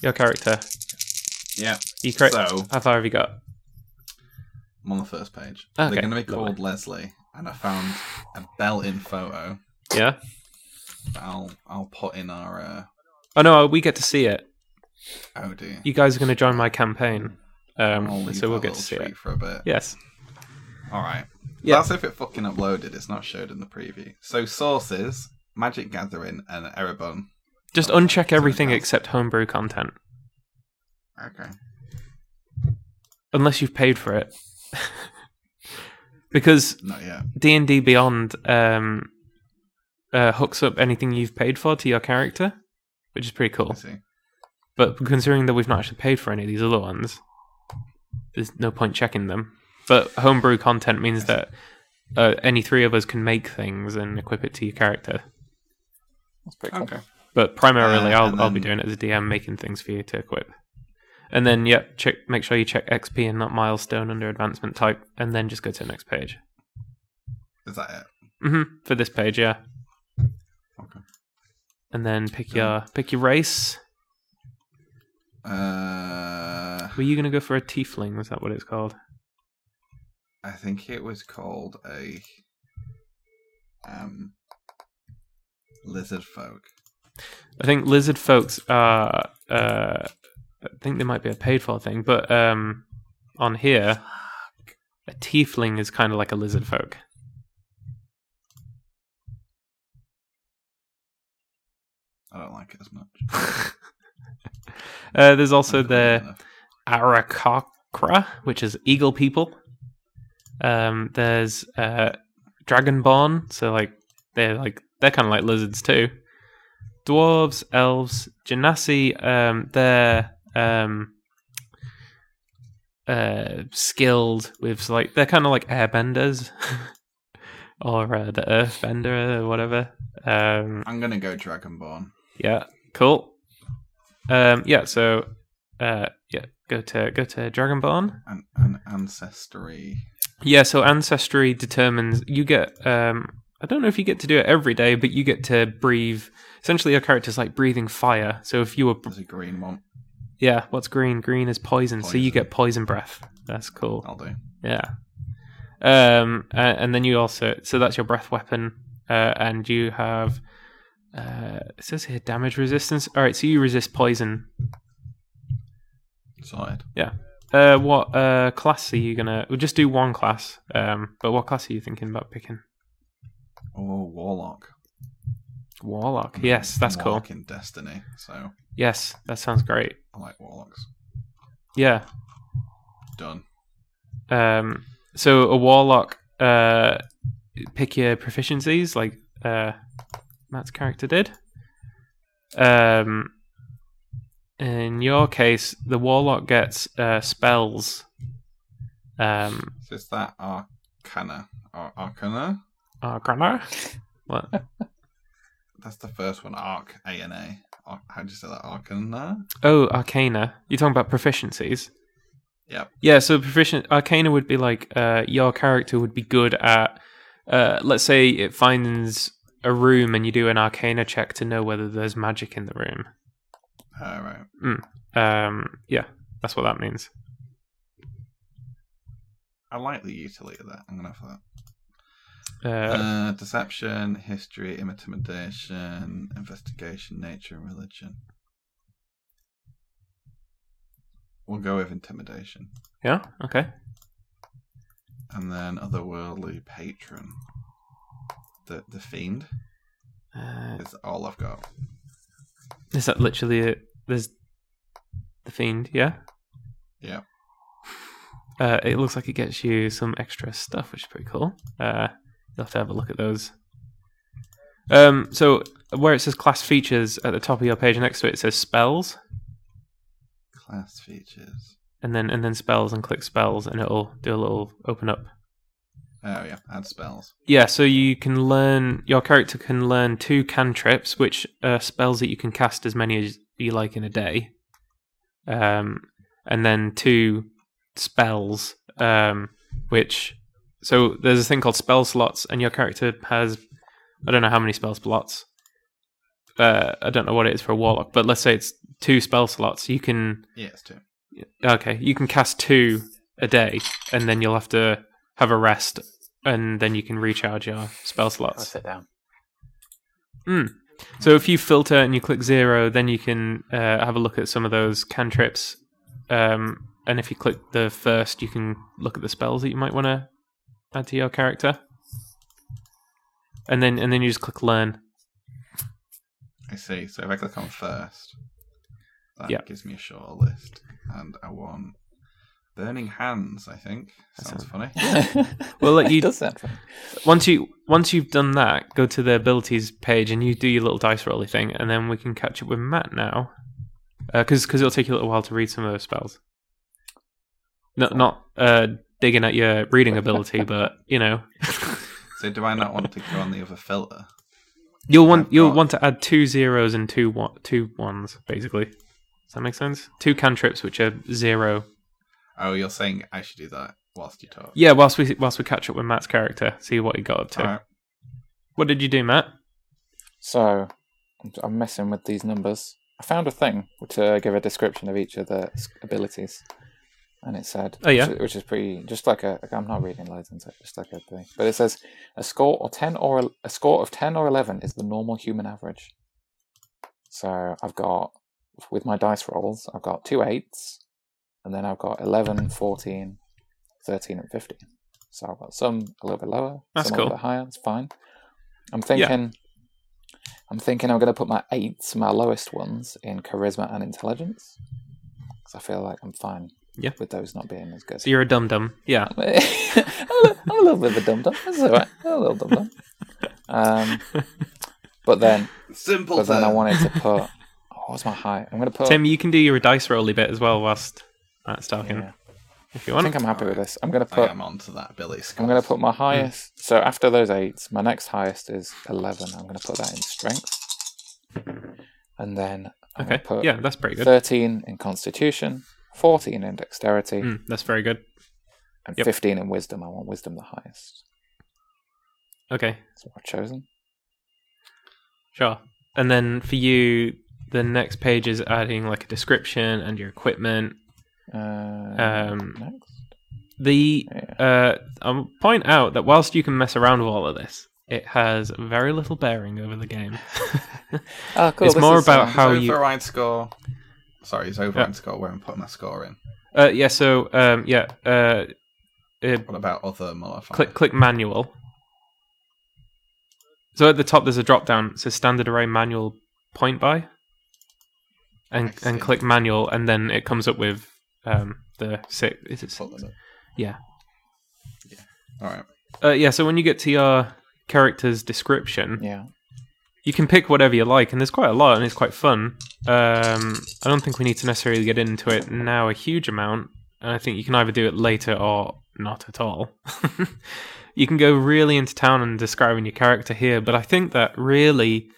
Speaker 1: your character
Speaker 2: Yeah.
Speaker 1: you create
Speaker 2: So
Speaker 1: how far have you got
Speaker 2: I'm on the first page.
Speaker 1: Okay,
Speaker 2: They're going to be called
Speaker 1: lovely.
Speaker 2: Leslie, and I found a bell in photo
Speaker 1: yeah
Speaker 2: that I'll I'll put in our. Uh,
Speaker 1: oh no we get to see it
Speaker 2: oh dear.
Speaker 1: you guys are going to join my campaign
Speaker 2: I'll
Speaker 1: um
Speaker 2: leave
Speaker 1: so we'll
Speaker 2: that
Speaker 1: get to
Speaker 2: little
Speaker 1: see it
Speaker 2: treat for Oh, a bit.
Speaker 1: yes
Speaker 2: All right.
Speaker 1: Yeah.
Speaker 2: That's if it fucking uploaded. It's not showed in the preview. So sources: Magic Gathering and Erebon.
Speaker 1: Just
Speaker 2: Okay,
Speaker 1: uncheck
Speaker 2: so
Speaker 1: everything
Speaker 2: that's-
Speaker 1: except homebrew content,
Speaker 2: Okay.
Speaker 1: unless you've paid for it. because
Speaker 2: Not yet.
Speaker 1: D and D Beyond um, uh, hooks up anything you've paid for to your character, which is pretty
Speaker 2: I
Speaker 1: cool.
Speaker 2: see.
Speaker 1: But considering that we've not actually paid for any of these other ones, there's no point checking them. But homebrew content means that uh, any three of us can make things and equip it to your character.
Speaker 3: That's pretty cool.
Speaker 2: Okay.
Speaker 1: But primarily,
Speaker 2: Uh,
Speaker 1: I'll
Speaker 2: and
Speaker 1: I'll be
Speaker 2: then-
Speaker 1: doing it as a DM, making things for you to equip. And then, yep, check. Make sure you check XP and not milestone under advancement type, and then just go to the next page.
Speaker 2: Is that it?
Speaker 1: hmm For this page, yeah.
Speaker 2: Okay.
Speaker 1: And then pick your pick your race.
Speaker 2: Uh,
Speaker 1: Were you gonna go for a tiefling? Is that what it's called?
Speaker 2: I think it was called a um lizard folk.
Speaker 1: I think lizard folks are. Uh, I think they might be a paid for thing, but um, on here, a tiefling is kind of like a lizard folk.
Speaker 2: I don't like it as much.
Speaker 1: Uh, there's also
Speaker 2: Not cool
Speaker 1: the.
Speaker 2: enough.
Speaker 1: Arakakra, which is eagle people. Um, there's uh, Dragonborn, so like they're like they're kind of like lizards too. dwarves, elves, Genasi, um, they're um, uh, skilled with like they're kind of like airbenders or uh, the earthbender or whatever. Um,
Speaker 2: I'm gonna go Dragonborn.
Speaker 1: yeah, cool. Um, yeah, so uh, yeah, go to go to Dragonborn.
Speaker 2: An, an ancestry.
Speaker 1: Yeah, so ancestry determines you get. Um, I don't know if you get to do it every day, but you get to breathe. Essentially, your character's like breathing fire. So if you were,
Speaker 2: There's a green one.
Speaker 1: yeah, what's green? Green is poison. So you get poison breath. That's cool.
Speaker 2: I'll do.
Speaker 1: Yeah. Um, uh, and then you also so that's your breath weapon, uh, and you have. Uh, it says here damage resistance. All right, so you resist poison.
Speaker 2: Sorted.
Speaker 1: Uh, what uh class are you gonna? We'll just do one class. Um, but what class are you thinking about picking?
Speaker 2: Oh, Warlock.
Speaker 1: Warlock. Yes, that's cool.
Speaker 2: Warlock in Destiny. So
Speaker 1: Yes, that sounds great.
Speaker 2: I like Warlocks.
Speaker 1: Yeah.
Speaker 2: Done.
Speaker 1: Um, so a warlock, uh, pick your proficiencies like uh, Matt's character did. Um, in your case, the warlock gets uh, spells. Um,
Speaker 2: So it's that Arcana. Ar- Arcana?
Speaker 1: Arcana. What?
Speaker 2: That's the first one. Arc A N A. Ar- How do you say that? Arcana.
Speaker 1: Oh, Arcana. You're talking about proficiencies.
Speaker 2: Yep.
Speaker 1: Yeah, so proficient Arcana would be like uh, your character would be good at. Uh, let's say it finds a room and you do an Arcana check to know whether there's magic in the room.
Speaker 2: All right.
Speaker 1: Um, yeah, that's what that means.
Speaker 2: I like the utility of that. I'm gonna have that.
Speaker 1: Uh,
Speaker 2: Uh, deception, history, intimidation, investigation, nature, and religion. We'll go with intimidation,
Speaker 1: yeah. Okay.
Speaker 2: and then otherworldly patron. The the fiend
Speaker 1: Uh,
Speaker 2: is all I've got.
Speaker 1: is that literally it? There's the fiend. Yeah.
Speaker 2: Yeah.
Speaker 1: Uh, it looks like it gets you some extra stuff, which is pretty cool. Uh, you'll have to have a look at those. Um, so where it says class features at the top of your page, next to it, it says spells,
Speaker 2: Class features.
Speaker 1: and then and then spells, and click spells, and it'll do a little open up.
Speaker 2: Oh yeah, add spells.
Speaker 1: Yeah, so you can learn your character can learn two cantrips, which are spells that you can cast as many as you like in a day, um, and then two spells, um, which so there's a thing called spell slots, and your character has I don't know how many spell slots. Uh, I don't know what it is for a warlock, but let's say it's two spell slots. You can
Speaker 2: Yeah, it's two.
Speaker 1: Okay, you can cast two a day, and then you'll have to have a rest, and then you can recharge your spell
Speaker 3: I'll
Speaker 1: slots.
Speaker 3: sit down.
Speaker 1: So if you filter and you click zero, then you can uh, have a look at some of those cantrips. Um, and if you click the first, you can look at the spells that you might want to add to your character. And then and then you just click learn.
Speaker 2: I see. So if I click on first, that
Speaker 1: Yeah.
Speaker 2: gives me a short list, and I want burning hands. I think
Speaker 1: That
Speaker 2: sounds
Speaker 1: sounds-
Speaker 2: funny.
Speaker 1: Well, like
Speaker 3: It
Speaker 1: you-
Speaker 3: does sound funny.
Speaker 1: Once you once you've done that, go to the abilities page and you do your little dice rolly thing, and then we can catch up with Matt now, because it'll take you a little while to read some of those spells. Not not uh, digging at your reading ability, but you know
Speaker 2: So do I not want to go on the other filter?
Speaker 1: you'll want
Speaker 2: I've
Speaker 1: you'll
Speaker 2: got-
Speaker 1: want to add two zeros and two one, two ones basically. Does that make sense? Two cantrips which are zero.
Speaker 2: Oh, you're saying I should do that whilst you talk.
Speaker 1: Yeah, whilst we whilst we catch up with Matt's character, see what he got up to.
Speaker 2: All right.
Speaker 1: What did you do, Matt?
Speaker 3: So I'm- I'm messing with these numbers. I found a thing to give a description of each of the s- abilities, and it said,
Speaker 1: Oh, yeah?
Speaker 3: which, which is pretty, just like a. I'm not reading loads into it, just like a thing. But it says a score or ten or el- a score of ten or eleven is the normal human average. So I've got with my dice rolls, I've got two eights, and then I've got 11, 14, 13, and 15. So I've got some a little bit lower,
Speaker 1: That's
Speaker 3: some a
Speaker 1: cool.
Speaker 3: little bit higher. It's fine. I'm thinking, I'm thinking I'm going to put my eights, my lowest ones, in charisma and intelligence, because I feel like I'm fine.
Speaker 1: Yeah.
Speaker 3: with those not being as good.
Speaker 1: So you're a dum dum. Yeah.
Speaker 3: I'm, a, I'm a little bit of a dum dum. That's all right. I'm a little dum dum. Um, But then,
Speaker 2: Simple.
Speaker 3: but then I wanted to put. Oh, what's my height? I'm gonna put.
Speaker 1: Tim, you can do your dice rolly bit as well whilst Matt's talking,
Speaker 3: yeah,
Speaker 1: if you
Speaker 3: I
Speaker 1: want.
Speaker 3: think I'm happy with this. I'm gonna
Speaker 2: I
Speaker 3: put.
Speaker 2: am onto that, Billy. Scott.
Speaker 3: I'm gonna put
Speaker 1: Hmm.
Speaker 3: my highest. So after those eights, my next highest is eleven. I'm gonna put that in strength, and then I'm
Speaker 1: okay.
Speaker 3: gonna put
Speaker 1: Yeah, that's pretty good.
Speaker 3: thirteen in constitution, fourteen in dexterity,
Speaker 1: Mm, that's very good.
Speaker 3: and
Speaker 1: Yep.
Speaker 3: fifteen in wisdom. I want wisdom the highest.
Speaker 1: Okay,
Speaker 3: That's what I've chosen.
Speaker 1: sure. And then for you, the next page is adding like a description and your equipment.
Speaker 3: Uh,
Speaker 1: Um,
Speaker 3: next,
Speaker 1: The
Speaker 3: yeah.
Speaker 1: uh, I'll point out that whilst you can mess around with all of this, it has very little bearing over the game.
Speaker 3: Oh, cool,
Speaker 1: it's
Speaker 3: this
Speaker 1: more
Speaker 3: is,
Speaker 1: about
Speaker 3: uh,
Speaker 1: how
Speaker 2: his
Speaker 1: you-
Speaker 2: override score. Sorry, his override score. Where I'm putting my score in.
Speaker 1: uh, yeah. So um, yeah. Uh, uh,
Speaker 2: What about other modifiers?
Speaker 1: click click manual. So at the top there's a drop down. It says standard array manual point by, and
Speaker 2: I see.
Speaker 1: and click manual, and then it comes up with um, the six. Is it
Speaker 2: Put
Speaker 1: six?
Speaker 2: them up.
Speaker 1: Yeah.
Speaker 2: Yeah. All right.
Speaker 1: Uh, yeah. So when you get to your character's description,
Speaker 3: Yeah,
Speaker 1: you can pick whatever you like, and there's quite a lot, and it's quite fun. Um, I don't think we need to necessarily get into it now a huge amount, and I think you can either do it later or not at all. you can go really into town and describing your character here, but I think that really,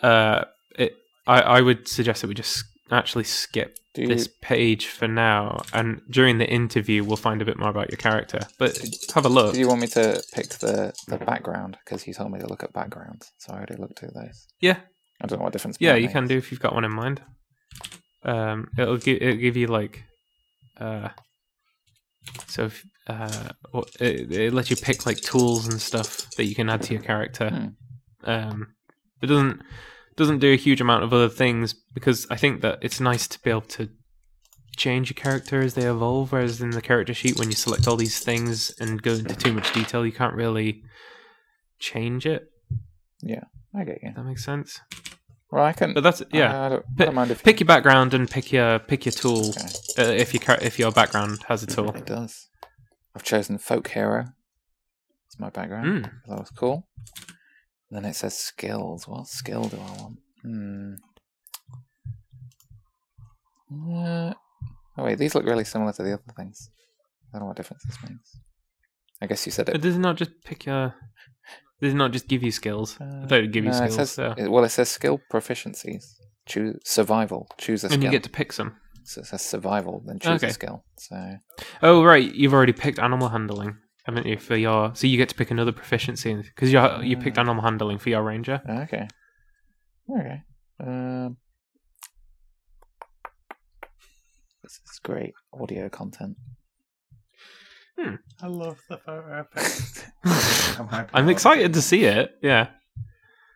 Speaker 1: uh, it, I, I would suggest that we just actually skip
Speaker 3: do you,
Speaker 1: this page for now, and during the interview we'll find a bit more about your character. But have a look.
Speaker 3: do you want me to pick the the background because you told me to look at backgrounds? So I already looked at those.
Speaker 1: Yeah.
Speaker 3: I don't know what difference.
Speaker 1: Yeah,
Speaker 3: that
Speaker 1: you can
Speaker 3: makes.
Speaker 1: do if you've got one in mind. Um, it'll give it'll give you like, uh, so if, uh, what- it, it lets you pick like tools and stuff that you can add to your character. Um, it doesn't doesn't do a huge amount of other things because I think that it's nice to be able to change your character as they evolve. Whereas in the character sheet, when you select all these things and go into too much detail, you can't really change it.
Speaker 3: I get you.
Speaker 1: If that makes sense.
Speaker 3: Well, I can.
Speaker 1: But that's yeah.
Speaker 3: I, I don't, I
Speaker 1: Pick-
Speaker 3: don't mind if
Speaker 1: pick your background and pick your pick your tool
Speaker 3: Okay.
Speaker 1: uh, if your char- if your background has a tool.
Speaker 3: It does. I've chosen folk hero. It's my background.
Speaker 1: Mm.
Speaker 3: That was cool. And then it says skills. What skill do I want? Hmm. Uh, oh wait, these look really similar to the other things. I don't know what difference this makes. I guess you said
Speaker 1: But
Speaker 3: it.
Speaker 1: does it not just pick your? Does it not just give you skills?
Speaker 3: Uh,
Speaker 1: I thought it would give you
Speaker 3: no,
Speaker 1: skills.
Speaker 3: It says,
Speaker 1: so-
Speaker 3: it- well, it says skill proficiencies. Choose survival. Choose a
Speaker 1: And you
Speaker 3: skill.
Speaker 1: get to pick some.
Speaker 3: So it says survival, then choose
Speaker 1: Okay.
Speaker 3: a skill. So
Speaker 1: Oh right, you've already picked animal handling, haven't you? For your so you get to pick another proficiency because you you picked
Speaker 3: Ah.
Speaker 1: animal handling for your ranger.
Speaker 3: Okay. Okay. Um, this is great audio content.
Speaker 1: Hmm.
Speaker 2: I love the photo. I'm happy.
Speaker 1: I'm
Speaker 2: about
Speaker 1: excited
Speaker 2: it.
Speaker 1: to see it. Yeah.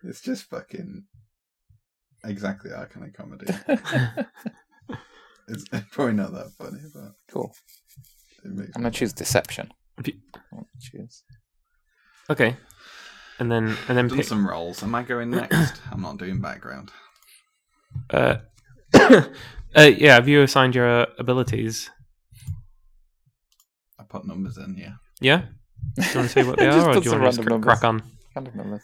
Speaker 2: It's just fucking exactly iconic comedy. it's probably not that funny, but
Speaker 3: cool.
Speaker 2: it makes.
Speaker 3: I'm gonna choose deception.
Speaker 1: If you-
Speaker 3: I want to choose.
Speaker 1: Okay. And then and then
Speaker 2: I've done
Speaker 1: pick.
Speaker 2: some rolls. Am I going next? I'm not doing background.
Speaker 1: Uh, uh, yeah. Have you assigned your uh, abilities?
Speaker 2: I put numbers in, yeah.
Speaker 1: Yeah. Do you want to say what they
Speaker 3: Just
Speaker 1: are, or
Speaker 3: put
Speaker 1: do you
Speaker 3: some
Speaker 1: want to just
Speaker 3: random
Speaker 1: cr-
Speaker 3: numbers.
Speaker 1: crack on?
Speaker 3: Random numbers.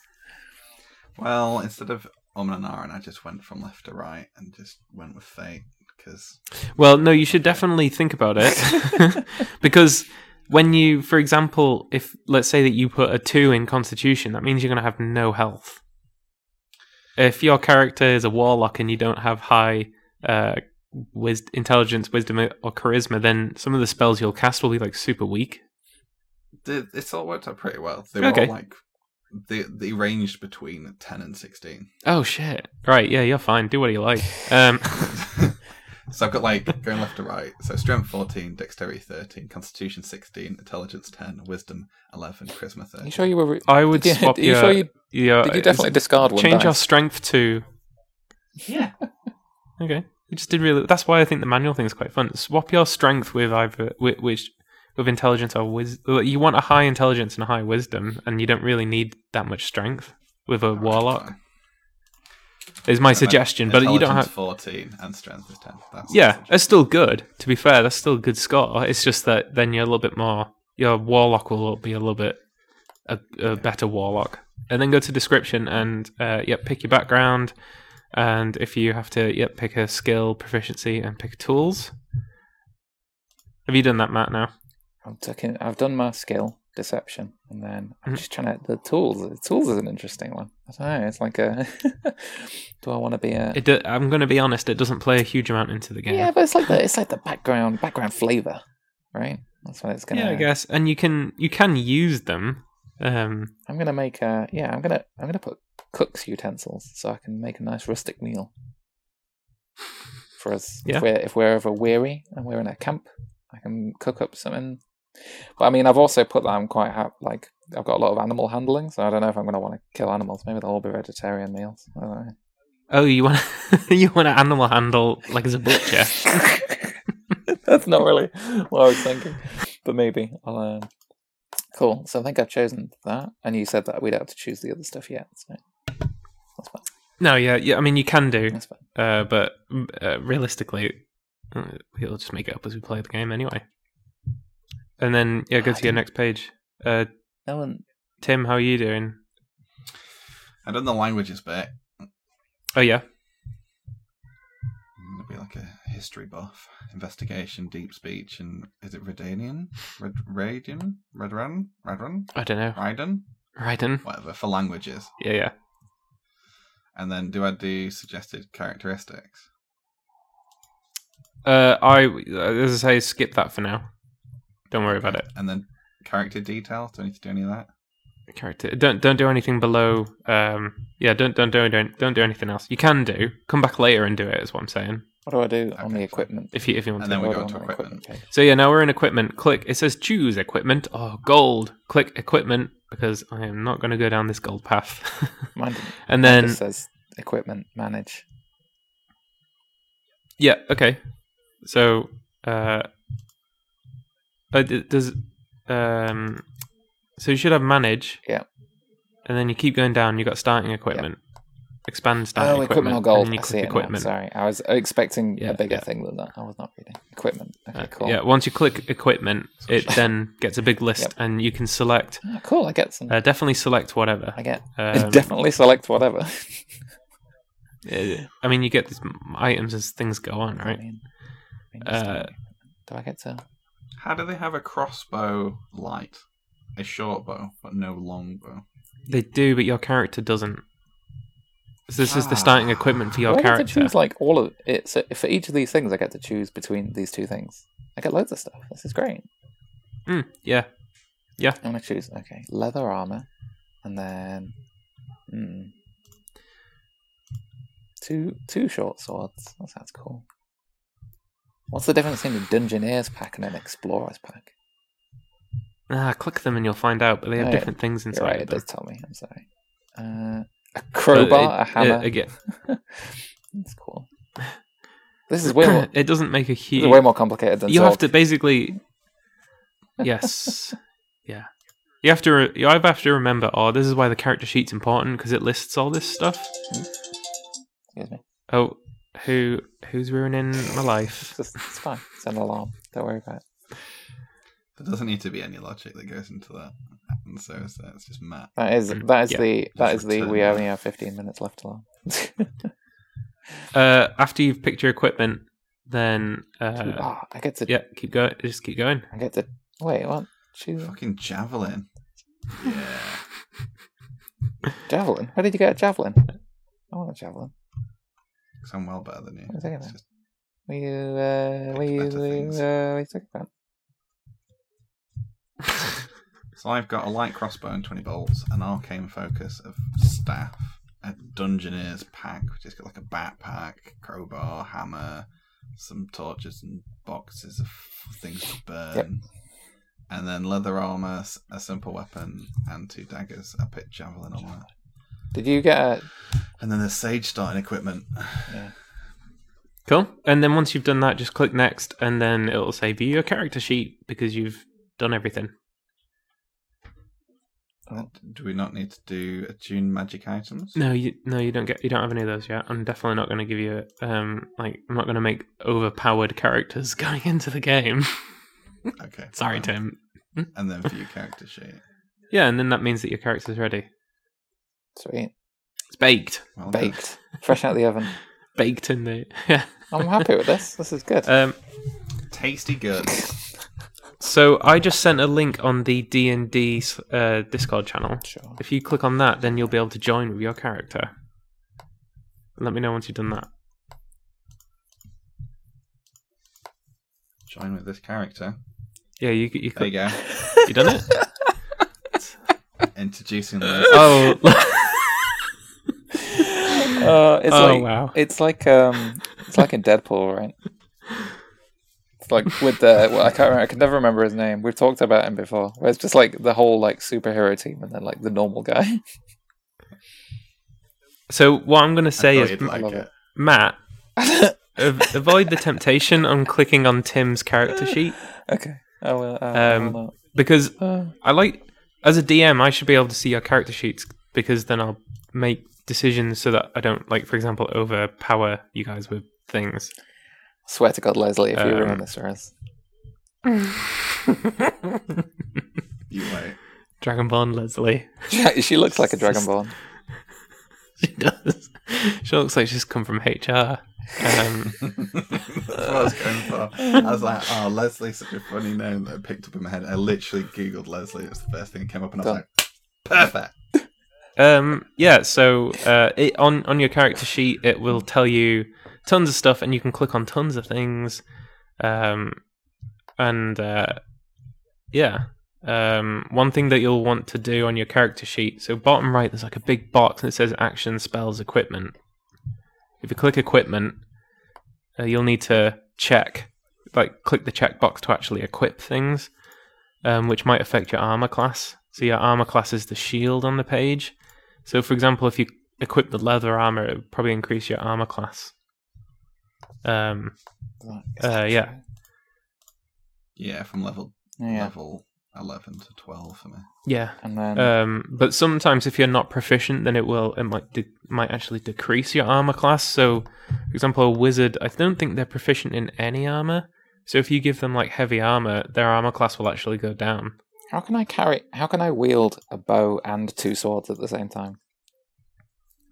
Speaker 2: Well, instead of Om and Aaron, I just went from left to right and just went with fate because
Speaker 1: Well, no, you should definitely think about it because when you, for example, if let's say that you put a two in Constitution, that means you're going to have no health. If your character is a warlock and you don't have high uh, wis- intelligence, wisdom, or charisma, then some of the spells you'll cast will be like super weak.
Speaker 2: it's all worked out pretty well. They were
Speaker 1: Okay.
Speaker 2: all like they they ranged between ten and sixteen.
Speaker 1: Oh shit! Right, yeah, you're fine. Do what you like. Um,
Speaker 2: so I've got like going left to right. So strength fourteen, dexterity thirteen, constitution sixteen, intelligence ten, wisdom eleven, charisma
Speaker 3: Are
Speaker 2: thirteen.
Speaker 3: you sure you were? Re-
Speaker 1: I would
Speaker 3: Did you-
Speaker 1: swap
Speaker 3: are you
Speaker 1: your,
Speaker 3: sure you-
Speaker 1: your- uh,
Speaker 3: did you definitely discard one?
Speaker 1: change your
Speaker 3: dice?
Speaker 1: strength to
Speaker 2: Yeah.
Speaker 1: Okay. You just did really. That's why I think the manual thing is quite fun. Swap your strength with either with, which with intelligence or wisdom. You want a high intelligence and a high wisdom, and you don't really need that much strength with a warlock. Is my suggestion, but you don't have.
Speaker 2: fourteen and strength is ten. That's the
Speaker 1: Yeah,
Speaker 2: suggestion.
Speaker 1: it's still good. To be fair, that's still a good score. It's just that then you're a little bit more. Your warlock will be a little bit a, a better warlock. and then go to description and uh, yep, pick your background, and if you have to, yep, pick a skill, proficiency, and pick tools. Have you done that, Matt? Now,
Speaker 3: I'm taking. I've done my skill deception, and then I'm
Speaker 1: Mhm.
Speaker 3: just trying to the tools. The tools is an interesting one. I don't know. It's like a. do I want to be a?
Speaker 1: it do- I'm going to be honest; it doesn't play a huge amount into the
Speaker 3: yeah.
Speaker 1: game.
Speaker 3: but it's like the it's like the background background flavor, right? That's what it's gonna.
Speaker 1: yeah, I guess, and you can you can use them. Um,
Speaker 3: I'm gonna make a yeah. I'm gonna I'm gonna put cook's utensils so I can make a nice rustic meal for us.
Speaker 1: Yeah.
Speaker 3: If we're if we're ever weary and we're in a camp, I can cook up something. But I mean, I've also put that I'm quite hap like I've got a lot of animal handling, so I don't know if I'm gonna want to kill animals. Maybe they'll all be vegetarian meals. I don't know.
Speaker 1: oh, you want you want to animal handle like as a butcher?
Speaker 3: That's not really what I was thinking, but maybe I'll. Um... Cool. So I think I've chosen that, and you said that we'd have to choose the other stuff yet. So that's fine.
Speaker 1: no, yeah, yeah. I mean, you can do,
Speaker 3: That's fine.
Speaker 1: uh, but mm, uh, realistically, uh, we'll just make it up as we play the game anyway. And then yeah, go to your next page. Uh,
Speaker 3: No one.
Speaker 1: Tim, how are you doing?
Speaker 2: I done the languages bit.
Speaker 1: Oh yeah,
Speaker 2: I'm gonna be like a history buff. Investigation, deep speech, and is it Redanian? Red Radian? Redran? Redran?
Speaker 1: I don't know.
Speaker 2: Ryden?
Speaker 1: Raiden.
Speaker 2: Whatever for languages.
Speaker 1: Yeah, yeah.
Speaker 2: And then do I do suggested characteristics?
Speaker 1: Uh, I as I say, skip that for now. Don't worry about it.
Speaker 2: And then character details. Do I need to do any of that?
Speaker 1: Character. Don't don't do anything below. Um, yeah. Don't don't do don't don't do anything else. You can do. Come back later and do it. Is what I'm saying.
Speaker 3: What do I do on the
Speaker 2: Okay.
Speaker 3: equipment?
Speaker 1: If you if you want
Speaker 2: And
Speaker 1: to.
Speaker 2: then we
Speaker 3: What
Speaker 2: go
Speaker 3: do I
Speaker 2: into
Speaker 3: want on the
Speaker 2: equipment.
Speaker 3: page?
Speaker 1: So yeah, now we're in equipment. Click. It says choose equipment. Oh, gold. Click equipment because I am not going to go down this gold path.
Speaker 3: Mine, didn't-
Speaker 1: and
Speaker 3: mine
Speaker 1: then
Speaker 3: just says equipment manage.
Speaker 1: yeah, okay. So uh, uh, d- does um, so you should have manage.
Speaker 3: Yeah.
Speaker 1: And then you keep going down. You got starting equipment, expand starting
Speaker 3: Oh,
Speaker 1: Ah, equipment,
Speaker 3: equipment or
Speaker 1: and
Speaker 3: gold.
Speaker 1: then you
Speaker 3: I see
Speaker 1: click
Speaker 3: it. Now.
Speaker 1: equipment.
Speaker 3: Sorry, I was expecting
Speaker 1: Yeah,
Speaker 3: a bigger
Speaker 1: yeah.
Speaker 3: thing than that. I was not reading equipment. Okay,
Speaker 1: Uh,
Speaker 3: cool.
Speaker 1: Yeah, once you click equipment, it then gets a big list,
Speaker 3: Yep.
Speaker 1: and you can select.
Speaker 3: Ah, cool. I get some.
Speaker 1: Uh, definitely select whatever.
Speaker 3: I get.
Speaker 1: Um,
Speaker 3: definitely select whatever.
Speaker 1: Uh, I mean, you get these m- items as things go on,
Speaker 3: I
Speaker 1: right?
Speaker 3: mean, I mean,
Speaker 1: Uh,
Speaker 3: just- do I get to?
Speaker 2: How do they have a crossbow light? A short bow, but no long bow.
Speaker 1: They do, but your character doesn't. So this is the starting equipment for your
Speaker 3: Ah. do I get to
Speaker 1: character.
Speaker 3: choose like all of it? So for each of these things, I get to choose between these two things. I get loads of stuff. This is great.
Speaker 1: Mm, yeah,
Speaker 3: I'm gonna choose okay leather armor, and then mm, two two short swords. That sounds cool. What's the difference between a dungeoneer's pack and an explorer's pack?
Speaker 1: ah, click them and you'll find out. But they have
Speaker 3: Oh, yeah.
Speaker 1: different things
Speaker 3: You're
Speaker 1: inside
Speaker 3: right. It
Speaker 1: of them.
Speaker 3: does tell me. I'm sorry. Uh, a
Speaker 1: But
Speaker 3: crowbar, a
Speaker 1: it-
Speaker 3: hammer.
Speaker 1: It, again,
Speaker 3: That's cool. This is way more,
Speaker 1: it doesn't make a
Speaker 3: this
Speaker 1: huge.
Speaker 3: is way more complicated than
Speaker 1: you have
Speaker 3: Zork.
Speaker 1: to basically. Yes. yeah. You have to. Re- you either have to remember. Oh, this is why the character sheet's important because it lists all this stuff.
Speaker 3: Excuse me.
Speaker 1: Oh, who who's ruining my life?
Speaker 3: It's, just, it's fine. It's an alarm. Don't worry about it.
Speaker 2: There doesn't need to be any logic that goes into that. And so it's, it's just Matt.
Speaker 3: That is that is
Speaker 1: Mm, Yeah.
Speaker 3: the that is
Speaker 2: Just
Speaker 3: the we
Speaker 2: return.
Speaker 3: only have fifteen minutes left alarm.
Speaker 1: Uh, after you've picked your equipment, then uh,
Speaker 3: Ah, I get to
Speaker 1: yeah, keep going. Just keep going.
Speaker 3: I get to wait. What? Choose
Speaker 2: Fucking javelin. Yeah.
Speaker 3: javelin. Where did you get a javelin? I want a javelin.
Speaker 2: 'Cause I'm well better than you.
Speaker 3: Wait a second
Speaker 2: It's
Speaker 3: now.
Speaker 2: just-
Speaker 3: Were you? Uh, were
Speaker 2: Picked
Speaker 3: you?
Speaker 2: better things.
Speaker 3: Uh, what are you talking about?
Speaker 2: So I've got a light crossbow and 20 bolts, an arcane focus of staff, a dungeoneer's pack, which has got like a backpack, crowbar, hammer, some torches and boxes of things to burn. And then leather armor, s- a simple weapon, and two daggers. I picked javelin on that.
Speaker 3: Did you get a?
Speaker 2: And then the sage starting equipment.
Speaker 3: Yeah.
Speaker 1: Cool. And then once you've done that, just click next, and then it'll say view your character sheet because you've done everything.
Speaker 3: Oh.
Speaker 2: Do we not need to do attune magic items?
Speaker 1: No, you no, you don't get. You don't have any of those yet. I'm definitely not going to give you um like I'm not going to make overpowered characters going into the game.
Speaker 2: Okay. Um,
Speaker 1: Sorry,
Speaker 2: fine.
Speaker 1: Tim.
Speaker 2: And then view character sheet.
Speaker 1: Yeah, and then that means that your character's ready.
Speaker 3: Sweet.
Speaker 1: It's baked,
Speaker 2: Well done.
Speaker 3: Baked. Fresh out the oven.
Speaker 1: baked in the yeah.
Speaker 3: I'm happy with this. This is good.
Speaker 1: Um,
Speaker 2: Tasty good.
Speaker 1: so I just sent a link on the D and D Discord channel.
Speaker 3: sure.
Speaker 1: If you click on that, then you'll be able to join with your character. Let me know once you've done that.
Speaker 2: Join with this character.
Speaker 1: Yeah, you you,
Speaker 2: There
Speaker 1: click,
Speaker 2: you go.
Speaker 1: you done it.
Speaker 2: Introducing the
Speaker 1: Oh,
Speaker 3: Uh, it's
Speaker 1: oh
Speaker 3: like
Speaker 1: wow!
Speaker 3: it's like um it's like in Deadpool, right? It's like with the well, I can't remember, I can never remember his name. We've talked about him before. Where it's just like the whole like superhero team and then like the normal guy.
Speaker 1: So what I'm going to say
Speaker 2: I
Speaker 1: is,
Speaker 2: thought you'd
Speaker 1: M-
Speaker 2: like
Speaker 3: love
Speaker 2: it.
Speaker 1: Matt, av- avoid the temptation on clicking on Tim's character sheet
Speaker 3: okay. I will. Uh, I will
Speaker 1: Um,
Speaker 3: not.
Speaker 1: because
Speaker 3: Uh,
Speaker 1: I like as a DM, I should be able to see your character sheets because then I'll make decisions so that I don't like, for example, overpower you guys with things.
Speaker 3: swear to God, Leslie, if you
Speaker 1: um,
Speaker 3: ruin this for us,
Speaker 2: You wait.
Speaker 1: Dragonborn Leslie,
Speaker 3: she, she looks like a dragonborn.
Speaker 1: she does. She looks like she's come from HR. Um,
Speaker 2: That's what I was going for. I was like, oh, Leslie's such a funny name that I picked up in my head. I literally Googled Leslie. It was the first thing that came up, and I was
Speaker 3: Done.
Speaker 2: like, perfect.
Speaker 1: Um, yeah, so uh, it, on on your character sheet, it will tell you tons of stuff, and you can click on tons of things. Um, and uh, yeah, um, one thing that you'll want to do on your character sheet. So bottom right, there's like a big box that says action, spells, equipment. If you click equipment, uh, you'll need to check, like click the checkbox to actually equip things, um, which might affect your armor class. So your armor class is the shield on the page. So, for example, if you equip the leather armor, it would probably increase your armor class. Um, uh, yeah.
Speaker 2: Yeah, from level
Speaker 3: Yeah.
Speaker 2: level eleven to twelve for me.
Speaker 1: yeah.
Speaker 3: And then
Speaker 1: Um, but sometimes if you're not proficient, then it will it might de- might actually decrease your armor class. So, for example, a wizard, I don't think they're proficient in any armor. So if you give them like heavy armor, their armor class will actually go down.
Speaker 3: how can I carry? How can I wield a bow and two swords at the same time?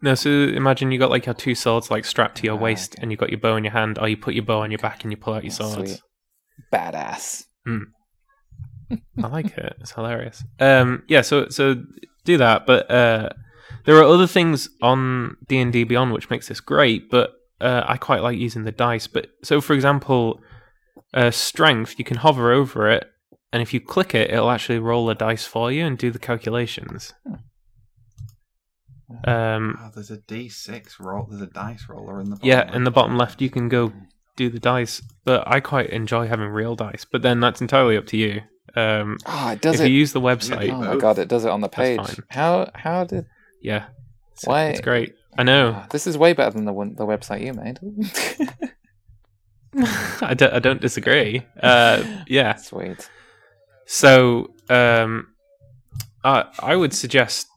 Speaker 1: No, so imagine you got like your two swords like strapped to your
Speaker 3: Ah,
Speaker 1: waist,
Speaker 3: okay.
Speaker 1: and you got your bow in your hand, or you put your bow on your back and you pull out your
Speaker 3: Oh,
Speaker 1: swords.
Speaker 3: sweet. Badass.
Speaker 1: I like it. It's hilarious. Um, yeah, so so do that, but uh, there are other things on D and D Beyond which makes this great. But uh, I quite like using the dice. But so, for example, uh, strength, you can hover over it, and if you click it, it'll actually roll a dice for you and do the calculations. Um,
Speaker 2: Oh, there's a D six roll. There's a dice roller in the bottom
Speaker 1: yeah,
Speaker 2: left.
Speaker 1: in the bottom left, you can go do the dice. But I quite enjoy having real dice. But then that's entirely up to you. Um,
Speaker 3: Ah, it
Speaker 1: if
Speaker 3: does
Speaker 1: you
Speaker 3: it.
Speaker 1: use the
Speaker 2: you-
Speaker 3: oh
Speaker 1: website,
Speaker 3: my god, it does it on the page.
Speaker 1: That's fine.
Speaker 3: How how did
Speaker 1: yeah, it's,
Speaker 3: Why-
Speaker 1: it's great. I know.
Speaker 3: Ah, this is way better than the one the website you made.
Speaker 1: I don't, I don't disagree. Uh, yeah.
Speaker 3: Sweet.
Speaker 1: So um, I, I would suggest.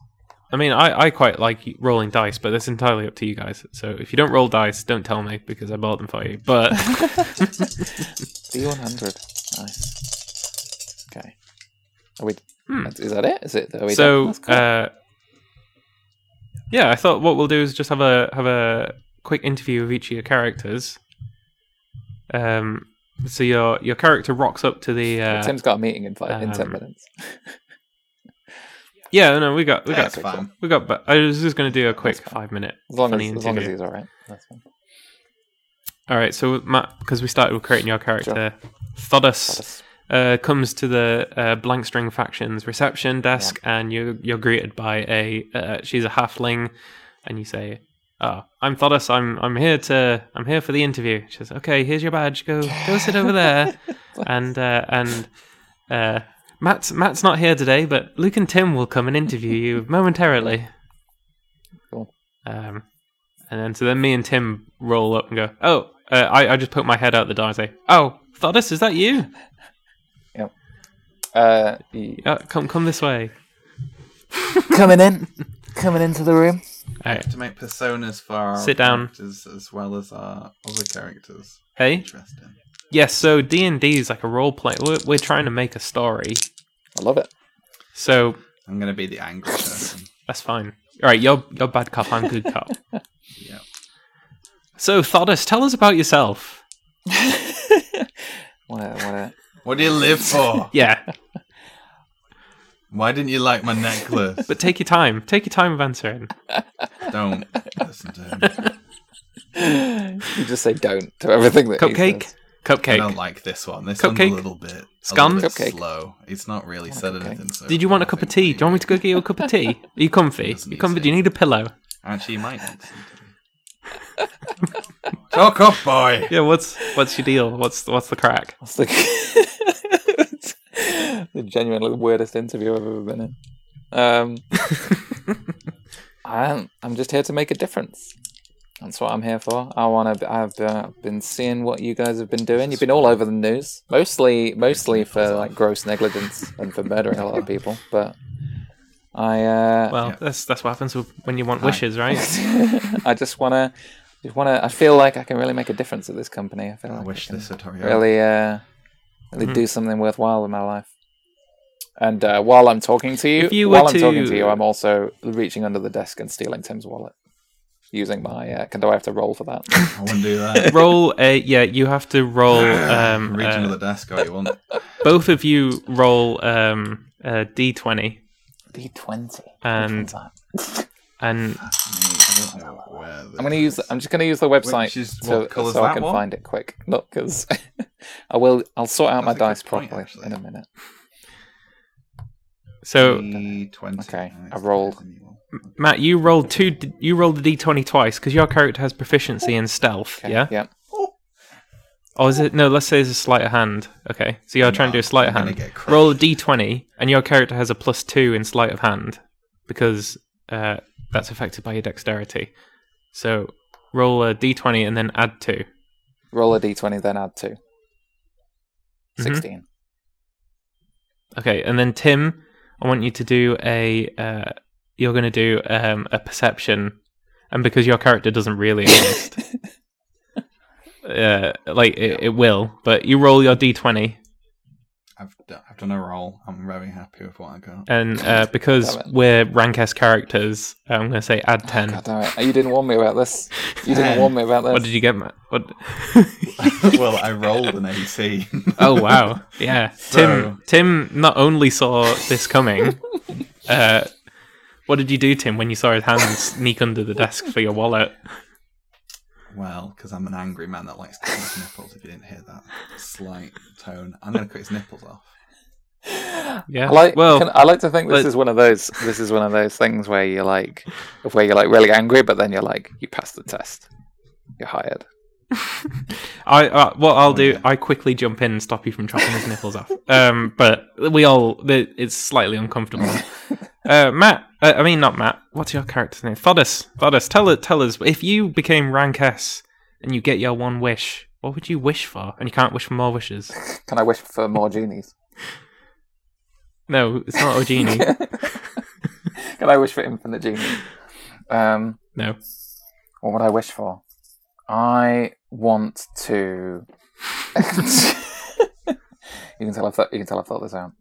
Speaker 1: I mean, I, I quite like rolling dice, but that's entirely up to you guys. So if you don't roll dice, don't tell me because I bought them for you. But
Speaker 3: D one hundred. Nice. Okay. Are we?
Speaker 1: Hmm.
Speaker 3: Is that it? Is it? Are we done?
Speaker 1: so
Speaker 3: That's cool.
Speaker 1: uh, yeah, I thought what we'll do is just have a have a quick interview of each of your characters. Um, so your your character rocks up to the
Speaker 3: Well,
Speaker 1: uh,
Speaker 3: Tim's got a meeting in, five, in ten
Speaker 1: um,
Speaker 3: minutes.
Speaker 1: yeah no we got we
Speaker 2: Yeah,
Speaker 1: got
Speaker 2: it's fine.
Speaker 1: we got but I was just gonna do a quick
Speaker 3: That's fine.
Speaker 1: five minute
Speaker 3: As long as,
Speaker 1: funny
Speaker 3: as long as
Speaker 1: interview.
Speaker 3: he's all right. That's fine.
Speaker 1: All right, so Matt, because we started with creating your character, Thodas
Speaker 3: That's-
Speaker 1: uh, comes to the uh, Blank String Factions reception desk, and you're you're greeted by a uh, she's a halfling, and you say, "Oh, I'm Thodas. I'm I'm here to I'm here for the interview." She says, "Okay, here's your badge. Go go sit over there." and uh, and uh, Matt's Matt's not here today, but Luke and Tim will come and interview you momentarily.
Speaker 3: Cool.
Speaker 1: Um, and then so then me and Tim roll up and go, oh, uh, I I just put my head out the door and say, oh, Thodas, is that you?
Speaker 3: Uh, y-
Speaker 1: Uh, come come this way.
Speaker 3: coming in, coming into the room.
Speaker 1: All right.
Speaker 2: have to make personas for our
Speaker 1: Sit down.
Speaker 2: characters as well as our other characters.
Speaker 1: Hey,
Speaker 2: Interesting.
Speaker 1: yes. So D and D is like a role play. We're we're trying to make a story,
Speaker 3: I love it.
Speaker 1: so
Speaker 2: I'm gonna be the angry person.
Speaker 1: that's fine. All right, you're you're bad cop. I'm good cop.
Speaker 2: Yeah.
Speaker 1: So Thodas, tell us about yourself.
Speaker 3: what a, what a,
Speaker 2: What do you live for?
Speaker 1: Yeah,
Speaker 2: Why didn't you like my necklace?
Speaker 1: but take your time. Take your time of answering.
Speaker 2: Don't listen to him.
Speaker 3: you just say don't to everything that he
Speaker 1: Cupcake,
Speaker 3: says.
Speaker 2: I
Speaker 1: cupcake.
Speaker 2: don't like this one. This
Speaker 1: Cupcake?
Speaker 2: one's a little bit, a little
Speaker 1: Scone?
Speaker 2: bit
Speaker 3: Cupcake.
Speaker 2: slow. It's not really said
Speaker 3: cupcake.
Speaker 2: anything. So
Speaker 1: Did you want a cup of tea? Do you want me to go get you a cup of tea? Are you comfy?
Speaker 2: Doesn't
Speaker 1: You
Speaker 2: need
Speaker 1: comfy?
Speaker 2: tea.
Speaker 1: Do you need a pillow?
Speaker 2: Actually, you might. Need some tea. Talk up, boy.
Speaker 1: Yeah. What's what's your deal? What's what's the crack?
Speaker 3: That's the, the genuinely weirdest interview I've ever been in. Um, I'm I'm just here to make a difference. That's what I'm here for. I want to. I've uh, been seeing what you guys have been doing. You've been all over the news, mostly mostly for like gross negligence and for murdering a lot of people. But I uh,
Speaker 1: Well,
Speaker 2: Yeah.
Speaker 1: that's that's what happens with- when you want
Speaker 2: Hi.
Speaker 1: wishes, right?
Speaker 3: I just want to just want to. I feel like I can really make a difference at this company. I feel
Speaker 2: I
Speaker 3: like
Speaker 2: wish
Speaker 3: I can
Speaker 2: this had hurried up.
Speaker 3: really uh, really
Speaker 2: Hmm.
Speaker 3: do something worthwhile with my life. And uh, while I'm talking to you,
Speaker 1: If you
Speaker 3: while
Speaker 1: were
Speaker 3: I'm talking to you,
Speaker 1: to-
Speaker 3: I'm also reaching under the desk and stealing Tim's wallet using my. Uh, can do I have to roll for that?
Speaker 2: I wouldn't do that.
Speaker 1: roll. Uh, yeah, you have to roll. Um,
Speaker 2: Reach
Speaker 1: uh,
Speaker 2: under the desk all you want.
Speaker 1: both of you roll um, uh, d20
Speaker 3: D twenty.
Speaker 1: And- and
Speaker 2: I don't know where.
Speaker 3: I'm gonna use. I'm just gonna use the website
Speaker 2: Which is
Speaker 3: to,
Speaker 2: what colour's
Speaker 3: so I
Speaker 2: that
Speaker 3: can
Speaker 2: one?
Speaker 3: find it quick. Look, because I will. I'll sort
Speaker 2: That's
Speaker 3: out my
Speaker 2: a good
Speaker 3: dice
Speaker 2: point,
Speaker 3: properly
Speaker 2: actually.
Speaker 3: in a minute.
Speaker 1: so
Speaker 2: twenty.
Speaker 3: Okay, I rolled.
Speaker 1: Matt, you rolled two. d- You rolled the d20 twice because your character has proficiency in stealth.
Speaker 3: Okay.
Speaker 1: Yeah?
Speaker 3: Yeah.
Speaker 1: Or is it no? Let's say it's a sleight of hand. Okay, so you're trying to do a sleight of
Speaker 2: I'm gonna
Speaker 1: hand.
Speaker 2: get crushed.
Speaker 1: Roll a d20, and your character has a plus two in sleight of hand because uh, that's affected by your dexterity. So roll a d20 and then add two.
Speaker 3: Roll a d20, then add 2
Speaker 2: Mm-hmm.
Speaker 1: Mhm.
Speaker 3: 16.
Speaker 1: Okay, and then Tim, I want you to do a. Uh, you're going to do um, a perception, and because your character doesn't really exist, uh, like it, it will, but you roll your d20,
Speaker 2: I've done, I've done a roll. I'm very happy with what I got.
Speaker 1: and uh, because
Speaker 3: Damn it. Oh,
Speaker 1: we're rank S characters, I'm going to say add ten.
Speaker 3: God damn it. You didn't warn me about this. You didn't
Speaker 2: Ten.
Speaker 3: warn me about this.
Speaker 1: what did you get? Matt? What?
Speaker 2: well, I rolled an AC.
Speaker 1: oh wow, yeah.
Speaker 2: So-
Speaker 1: Tim, Tim not only saw this coming. Uh, what did you do, Tim, when you saw his hand sneak under the desk for your wallet?
Speaker 2: Well, because I'm an angry man that likes to cut his nipples. If you didn't hear that slight tone, I'm going to cut his nipples off.
Speaker 1: Yeah.
Speaker 3: I like.
Speaker 1: well,
Speaker 3: can- I like to think this
Speaker 1: but-
Speaker 3: is one of those. This is one of those things where you're like, where you're like really angry, but then you're like, you passed the test, you're hired.
Speaker 1: I uh, what I'll do,
Speaker 2: yeah.
Speaker 1: I quickly jump in and stop you from chopping his nipples off. Um, but we all, the- it's slightly uncomfortable. Uh, Matt, uh, I mean not Matt. What's your character's name? Thodas. Thodas, tell us, tell us if you became rank S and you get your one wish, what would you wish for? And you can't wish for more wishes.
Speaker 3: Can I wish for more genies?
Speaker 1: No, it's not a genie.
Speaker 3: Can I wish for infinite genies? Um,
Speaker 1: No.
Speaker 3: what would I wish for? I want to. you can tell I've thought, you can tell I've thought this out.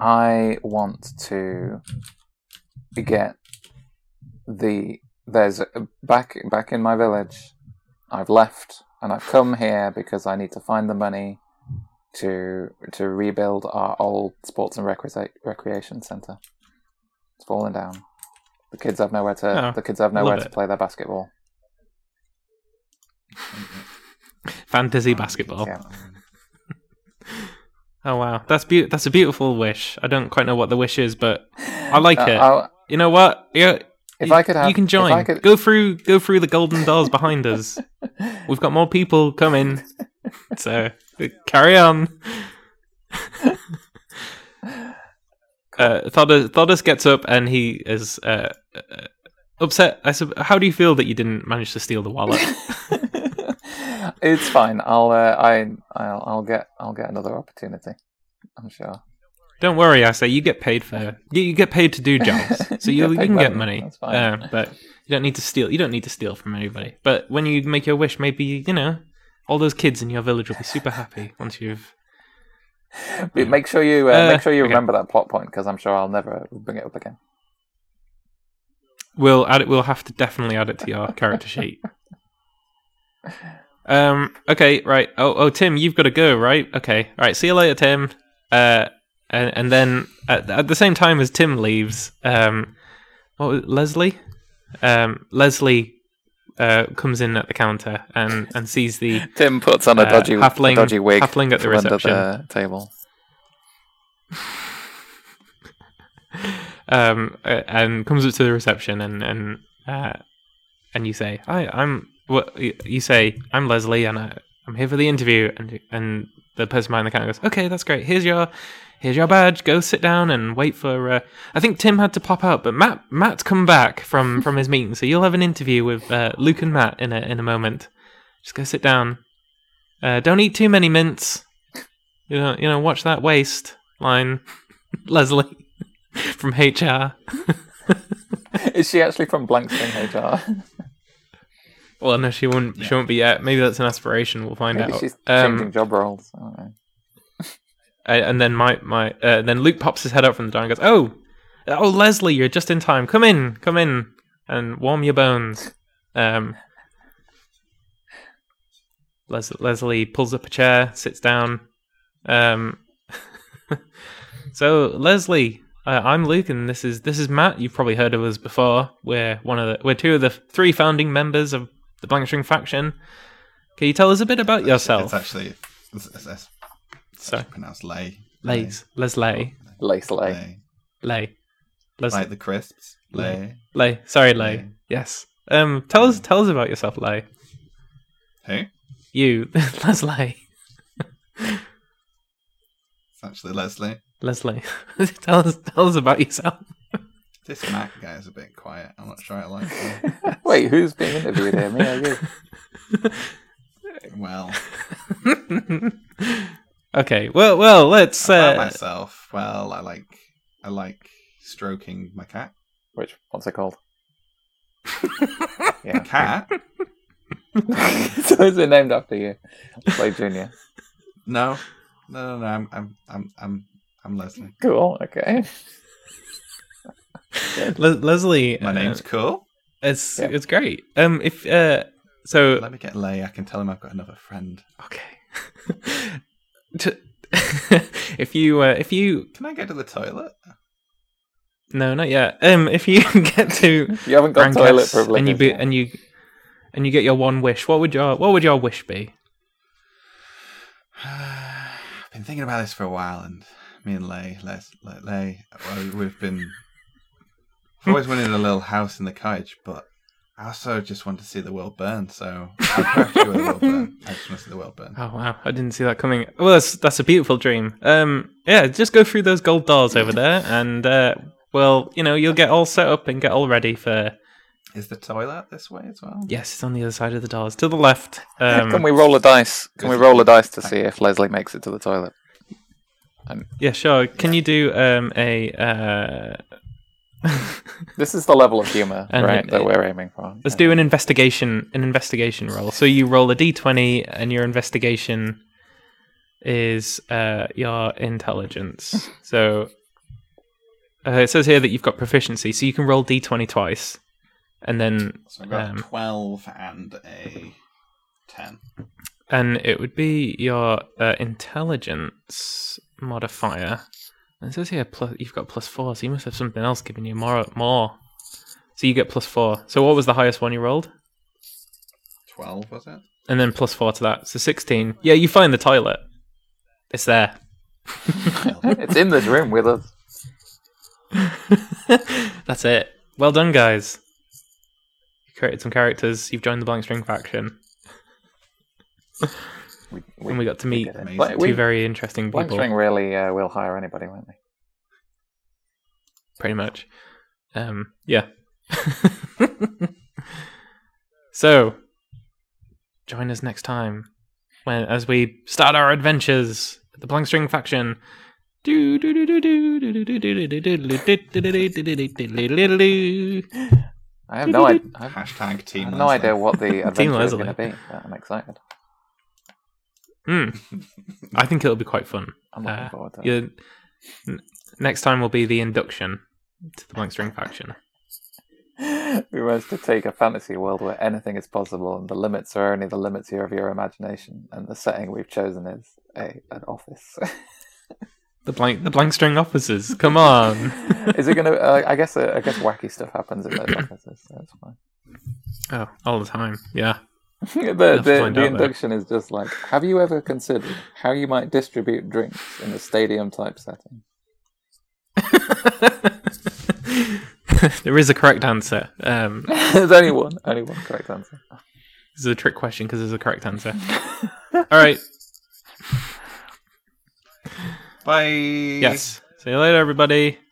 Speaker 3: I want to get the there's a- back back in my village. I've left and I've come here because I need to find the money to to rebuild our old sports and recre- recreation center. It's fallen down. The kids have nowhere to
Speaker 1: Oh,
Speaker 3: the kids have nowhere
Speaker 1: love
Speaker 3: to
Speaker 1: it.
Speaker 3: play their basketball.
Speaker 1: Fantasy basketball.
Speaker 3: Yeah.
Speaker 1: Oh wow, that's be- That's a beautiful wish. I don't quite know what the wish is, but I like
Speaker 3: Uh,
Speaker 1: it.
Speaker 3: I'll-
Speaker 1: You know what? Yeah,
Speaker 3: if
Speaker 1: you,
Speaker 3: I could have,
Speaker 1: you can
Speaker 3: if I
Speaker 1: join.
Speaker 3: could-
Speaker 1: Go through, go through the golden doors behind us. We've got more people coming, so carry on. uh, Thodas, Thodas gets up and he is uh, uh, upset. I sub- How do you feel that you didn't manage to steal the wallet?
Speaker 3: it's fine. I'll uh, I I'll, I'll get I'll get another opportunity. I'm sure.
Speaker 1: Don't worry, I say you get paid for you, you get paid to do jobs, so you,
Speaker 3: You get
Speaker 1: you
Speaker 3: paid
Speaker 1: can
Speaker 3: by
Speaker 1: get
Speaker 3: them,
Speaker 1: money.
Speaker 3: that's fine.
Speaker 1: Uh, but you don't need to steal. You don't need to steal from anybody. But when you make your wish, maybe you know all those kids in your village will be super happy once you've.
Speaker 3: But Make sure you uh,
Speaker 1: Mm-hmm. Uh,
Speaker 3: make sure you
Speaker 1: okay.
Speaker 3: remember that plot point because I'm sure I'll never bring it up again.
Speaker 1: We'll add it. We'll have to definitely add it to your character sheet. Um. Okay. Right. Oh. Oh. Tim, you've got to go. Right. Okay. All right. See you later, Tim. Uh. And, and then at, at the same time as Tim leaves, um, what was it, Leslie? Um. Leslie. Uh, comes in at the counter and, and sees the
Speaker 3: Tim puts on a
Speaker 1: Uh,
Speaker 3: dodgy, a
Speaker 1: halfling-
Speaker 3: dodgy wig
Speaker 1: halfling at the
Speaker 3: from under the uh,
Speaker 1: reception.
Speaker 3: table.
Speaker 1: um uh, and comes up to the reception and and uh, and you say hi I'm what y- you say I'm Leslie and I, I'm here for the interview and and the person behind the counter goes okay that's great here's your here's your badge go sit down and wait for uh, I think Tim had to pop out but Matt Matt's come back from from his meeting so you'll have an interview with uh, Luke and Matt in a in a moment just go sit down uh, don't eat too many mints you know you know watch that waist line Leslie from HR.
Speaker 3: Is she actually from Blankstone HR?
Speaker 1: Well, no, she won't. She
Speaker 2: Yeah.
Speaker 1: won't be yet. Maybe that's an aspiration. We'll find
Speaker 3: Maybe
Speaker 1: out.
Speaker 3: she's changing
Speaker 1: um,
Speaker 3: job roles. I don't know.
Speaker 1: a- Uh, and then my my uh, then Luke pops his head up from the door and goes, "Oh, oh, Leslie, you're just in time. Come in, come in, and warm your bones." Um, Les- Leslie pulls up a chair, sits down. Um, so Leslie, uh, I'm Luke, and this is this is Matt. You've probably heard of us before. We're one of the we're two of the three founding members of the Blankstring faction. Can you tell us a bit about yourself?
Speaker 2: It's actually it's, it's, it's
Speaker 1: Sorry,
Speaker 2: pronounced lay.
Speaker 1: Les, Leslie,
Speaker 3: Lace
Speaker 2: Lay.
Speaker 3: lay.
Speaker 2: Lay.
Speaker 1: Lay, Les,
Speaker 2: Like the crisps. Lay.
Speaker 1: Lay. Sorry, Lay.
Speaker 2: Lay.
Speaker 1: Yes. Um. Tell us. Tell us about yourself, Lay.
Speaker 2: Who?
Speaker 1: You, Leslie.
Speaker 2: It's actually Leslie.
Speaker 1: Leslie. tell us. Tell us about yourself.
Speaker 2: This Mac guy is a bit quiet. I'm not sure I like him.
Speaker 3: Wait, who's being interviewed here? Me or you?
Speaker 2: well,
Speaker 1: okay. Well. Well. Let's.
Speaker 2: about
Speaker 1: Uh,
Speaker 2: myself. Well, I like I like stroking my cat.
Speaker 3: Which what's it called?
Speaker 2: Cat?
Speaker 3: so it's been named after you, Lay Junior.
Speaker 2: No, no, no, no. I'm I'm I'm I'm, I'm Leslie.
Speaker 3: Cool. Okay.
Speaker 1: Le- Leslie.
Speaker 2: My
Speaker 1: uh,
Speaker 2: name's Cool.
Speaker 1: It's.
Speaker 3: yeah.
Speaker 1: It's great. Um. If. Uh. So.
Speaker 2: Let me get Lay. I can tell him I've got another friend.
Speaker 1: Okay. To- if you. Uh, if you.
Speaker 2: Can I go to the toilet?
Speaker 1: No. Not yet. Um. If you get to.
Speaker 3: You haven't got
Speaker 1: Grand
Speaker 3: toilet
Speaker 1: Cats,
Speaker 3: privilege.
Speaker 1: and you be, and you and you get your one wish. What would your what would your wish be?
Speaker 2: I've been thinking about this for a while, and me and Lay, Les, Le- Lay, well, we've been I've always wanted a little house in the cottage, but I also just want to see the world burn. So I crashed with the world burn. I just want to see the world burn.
Speaker 1: Oh wow, I didn't see that coming. Well, that's that's a beautiful dream. Um, yeah, just go through those gold doors over there, and uh, well, you know, you'll get all set up and get all ready for.
Speaker 2: Is the toilet this way as well?
Speaker 1: Yes, it's on the other side of the doors, to the left. Um,
Speaker 3: Can we roll a dice? Can we
Speaker 2: Yes.
Speaker 3: roll a dice to see if Leslie makes it to the toilet?
Speaker 1: Yeah, sure. Can you do um a uh,
Speaker 3: This is the level of humor,
Speaker 1: And
Speaker 3: right,
Speaker 1: it-
Speaker 3: that we're aiming for.
Speaker 1: let's do an investigation an investigation roll. So you roll a d twenty, and your investigation is uh, your intelligence. So uh, it says here that you've got proficiency, so you can roll d twenty twice, and then
Speaker 2: So I've got
Speaker 1: Um,
Speaker 2: twelve and a ten.
Speaker 1: and it would be your uh, intelligence modifier. And it says here plus, you've got plus four, so you must have something else giving you more more. So you get plus four. So what was the highest one you rolled?
Speaker 2: Twelve was it?
Speaker 1: and then plus four to that, so sixteen. Yeah, you find the toilet. It's there.
Speaker 3: it's in this room with us.
Speaker 1: That's it. Well done, guys. You created some characters. You've joined the Blank String faction,
Speaker 3: We, we,
Speaker 1: and we got to meet
Speaker 3: did it.
Speaker 2: Amazing.
Speaker 3: But
Speaker 1: two
Speaker 3: we-
Speaker 1: very interesting
Speaker 3: Blank
Speaker 1: people.
Speaker 3: String really uh, will hire anybody, won't they?
Speaker 1: pretty much. Um, yeah. so, join us next time when as we start our adventures with the Blank String faction.
Speaker 3: I have no, I, I have
Speaker 2: Hashtag
Speaker 3: I
Speaker 2: team.
Speaker 3: have no
Speaker 2: Leslie.
Speaker 3: idea what the adventure is
Speaker 1: Leslie.
Speaker 3: going to be, but I'm excited.
Speaker 1: Hmm. I think it'll be quite fun.
Speaker 3: I'm looking
Speaker 1: Uh,
Speaker 3: forward to it.
Speaker 1: Yeah. N- next time will be the induction to the Blank String faction.
Speaker 3: we managed to take a fantasy world where anything is possible and the limits are only the limits here of your imagination and the setting we've chosen is a an office
Speaker 1: The blank, the blank string officers. Come on.
Speaker 3: is it gonna uh, i guess uh, i guess wacky stuff happens in those offices so that's fine
Speaker 1: oh, all the time. Yeah. to
Speaker 3: the, the,
Speaker 1: find
Speaker 3: the
Speaker 1: out, though.
Speaker 3: induction is just like have you ever considered how you might distribute drinks in a stadium type setting
Speaker 1: there is a correct answer. Um,
Speaker 3: there's only one only one correct answer
Speaker 1: this is a trick question because there's a correct answer. All right.
Speaker 2: Bye.
Speaker 1: Yes. See you later, everybody.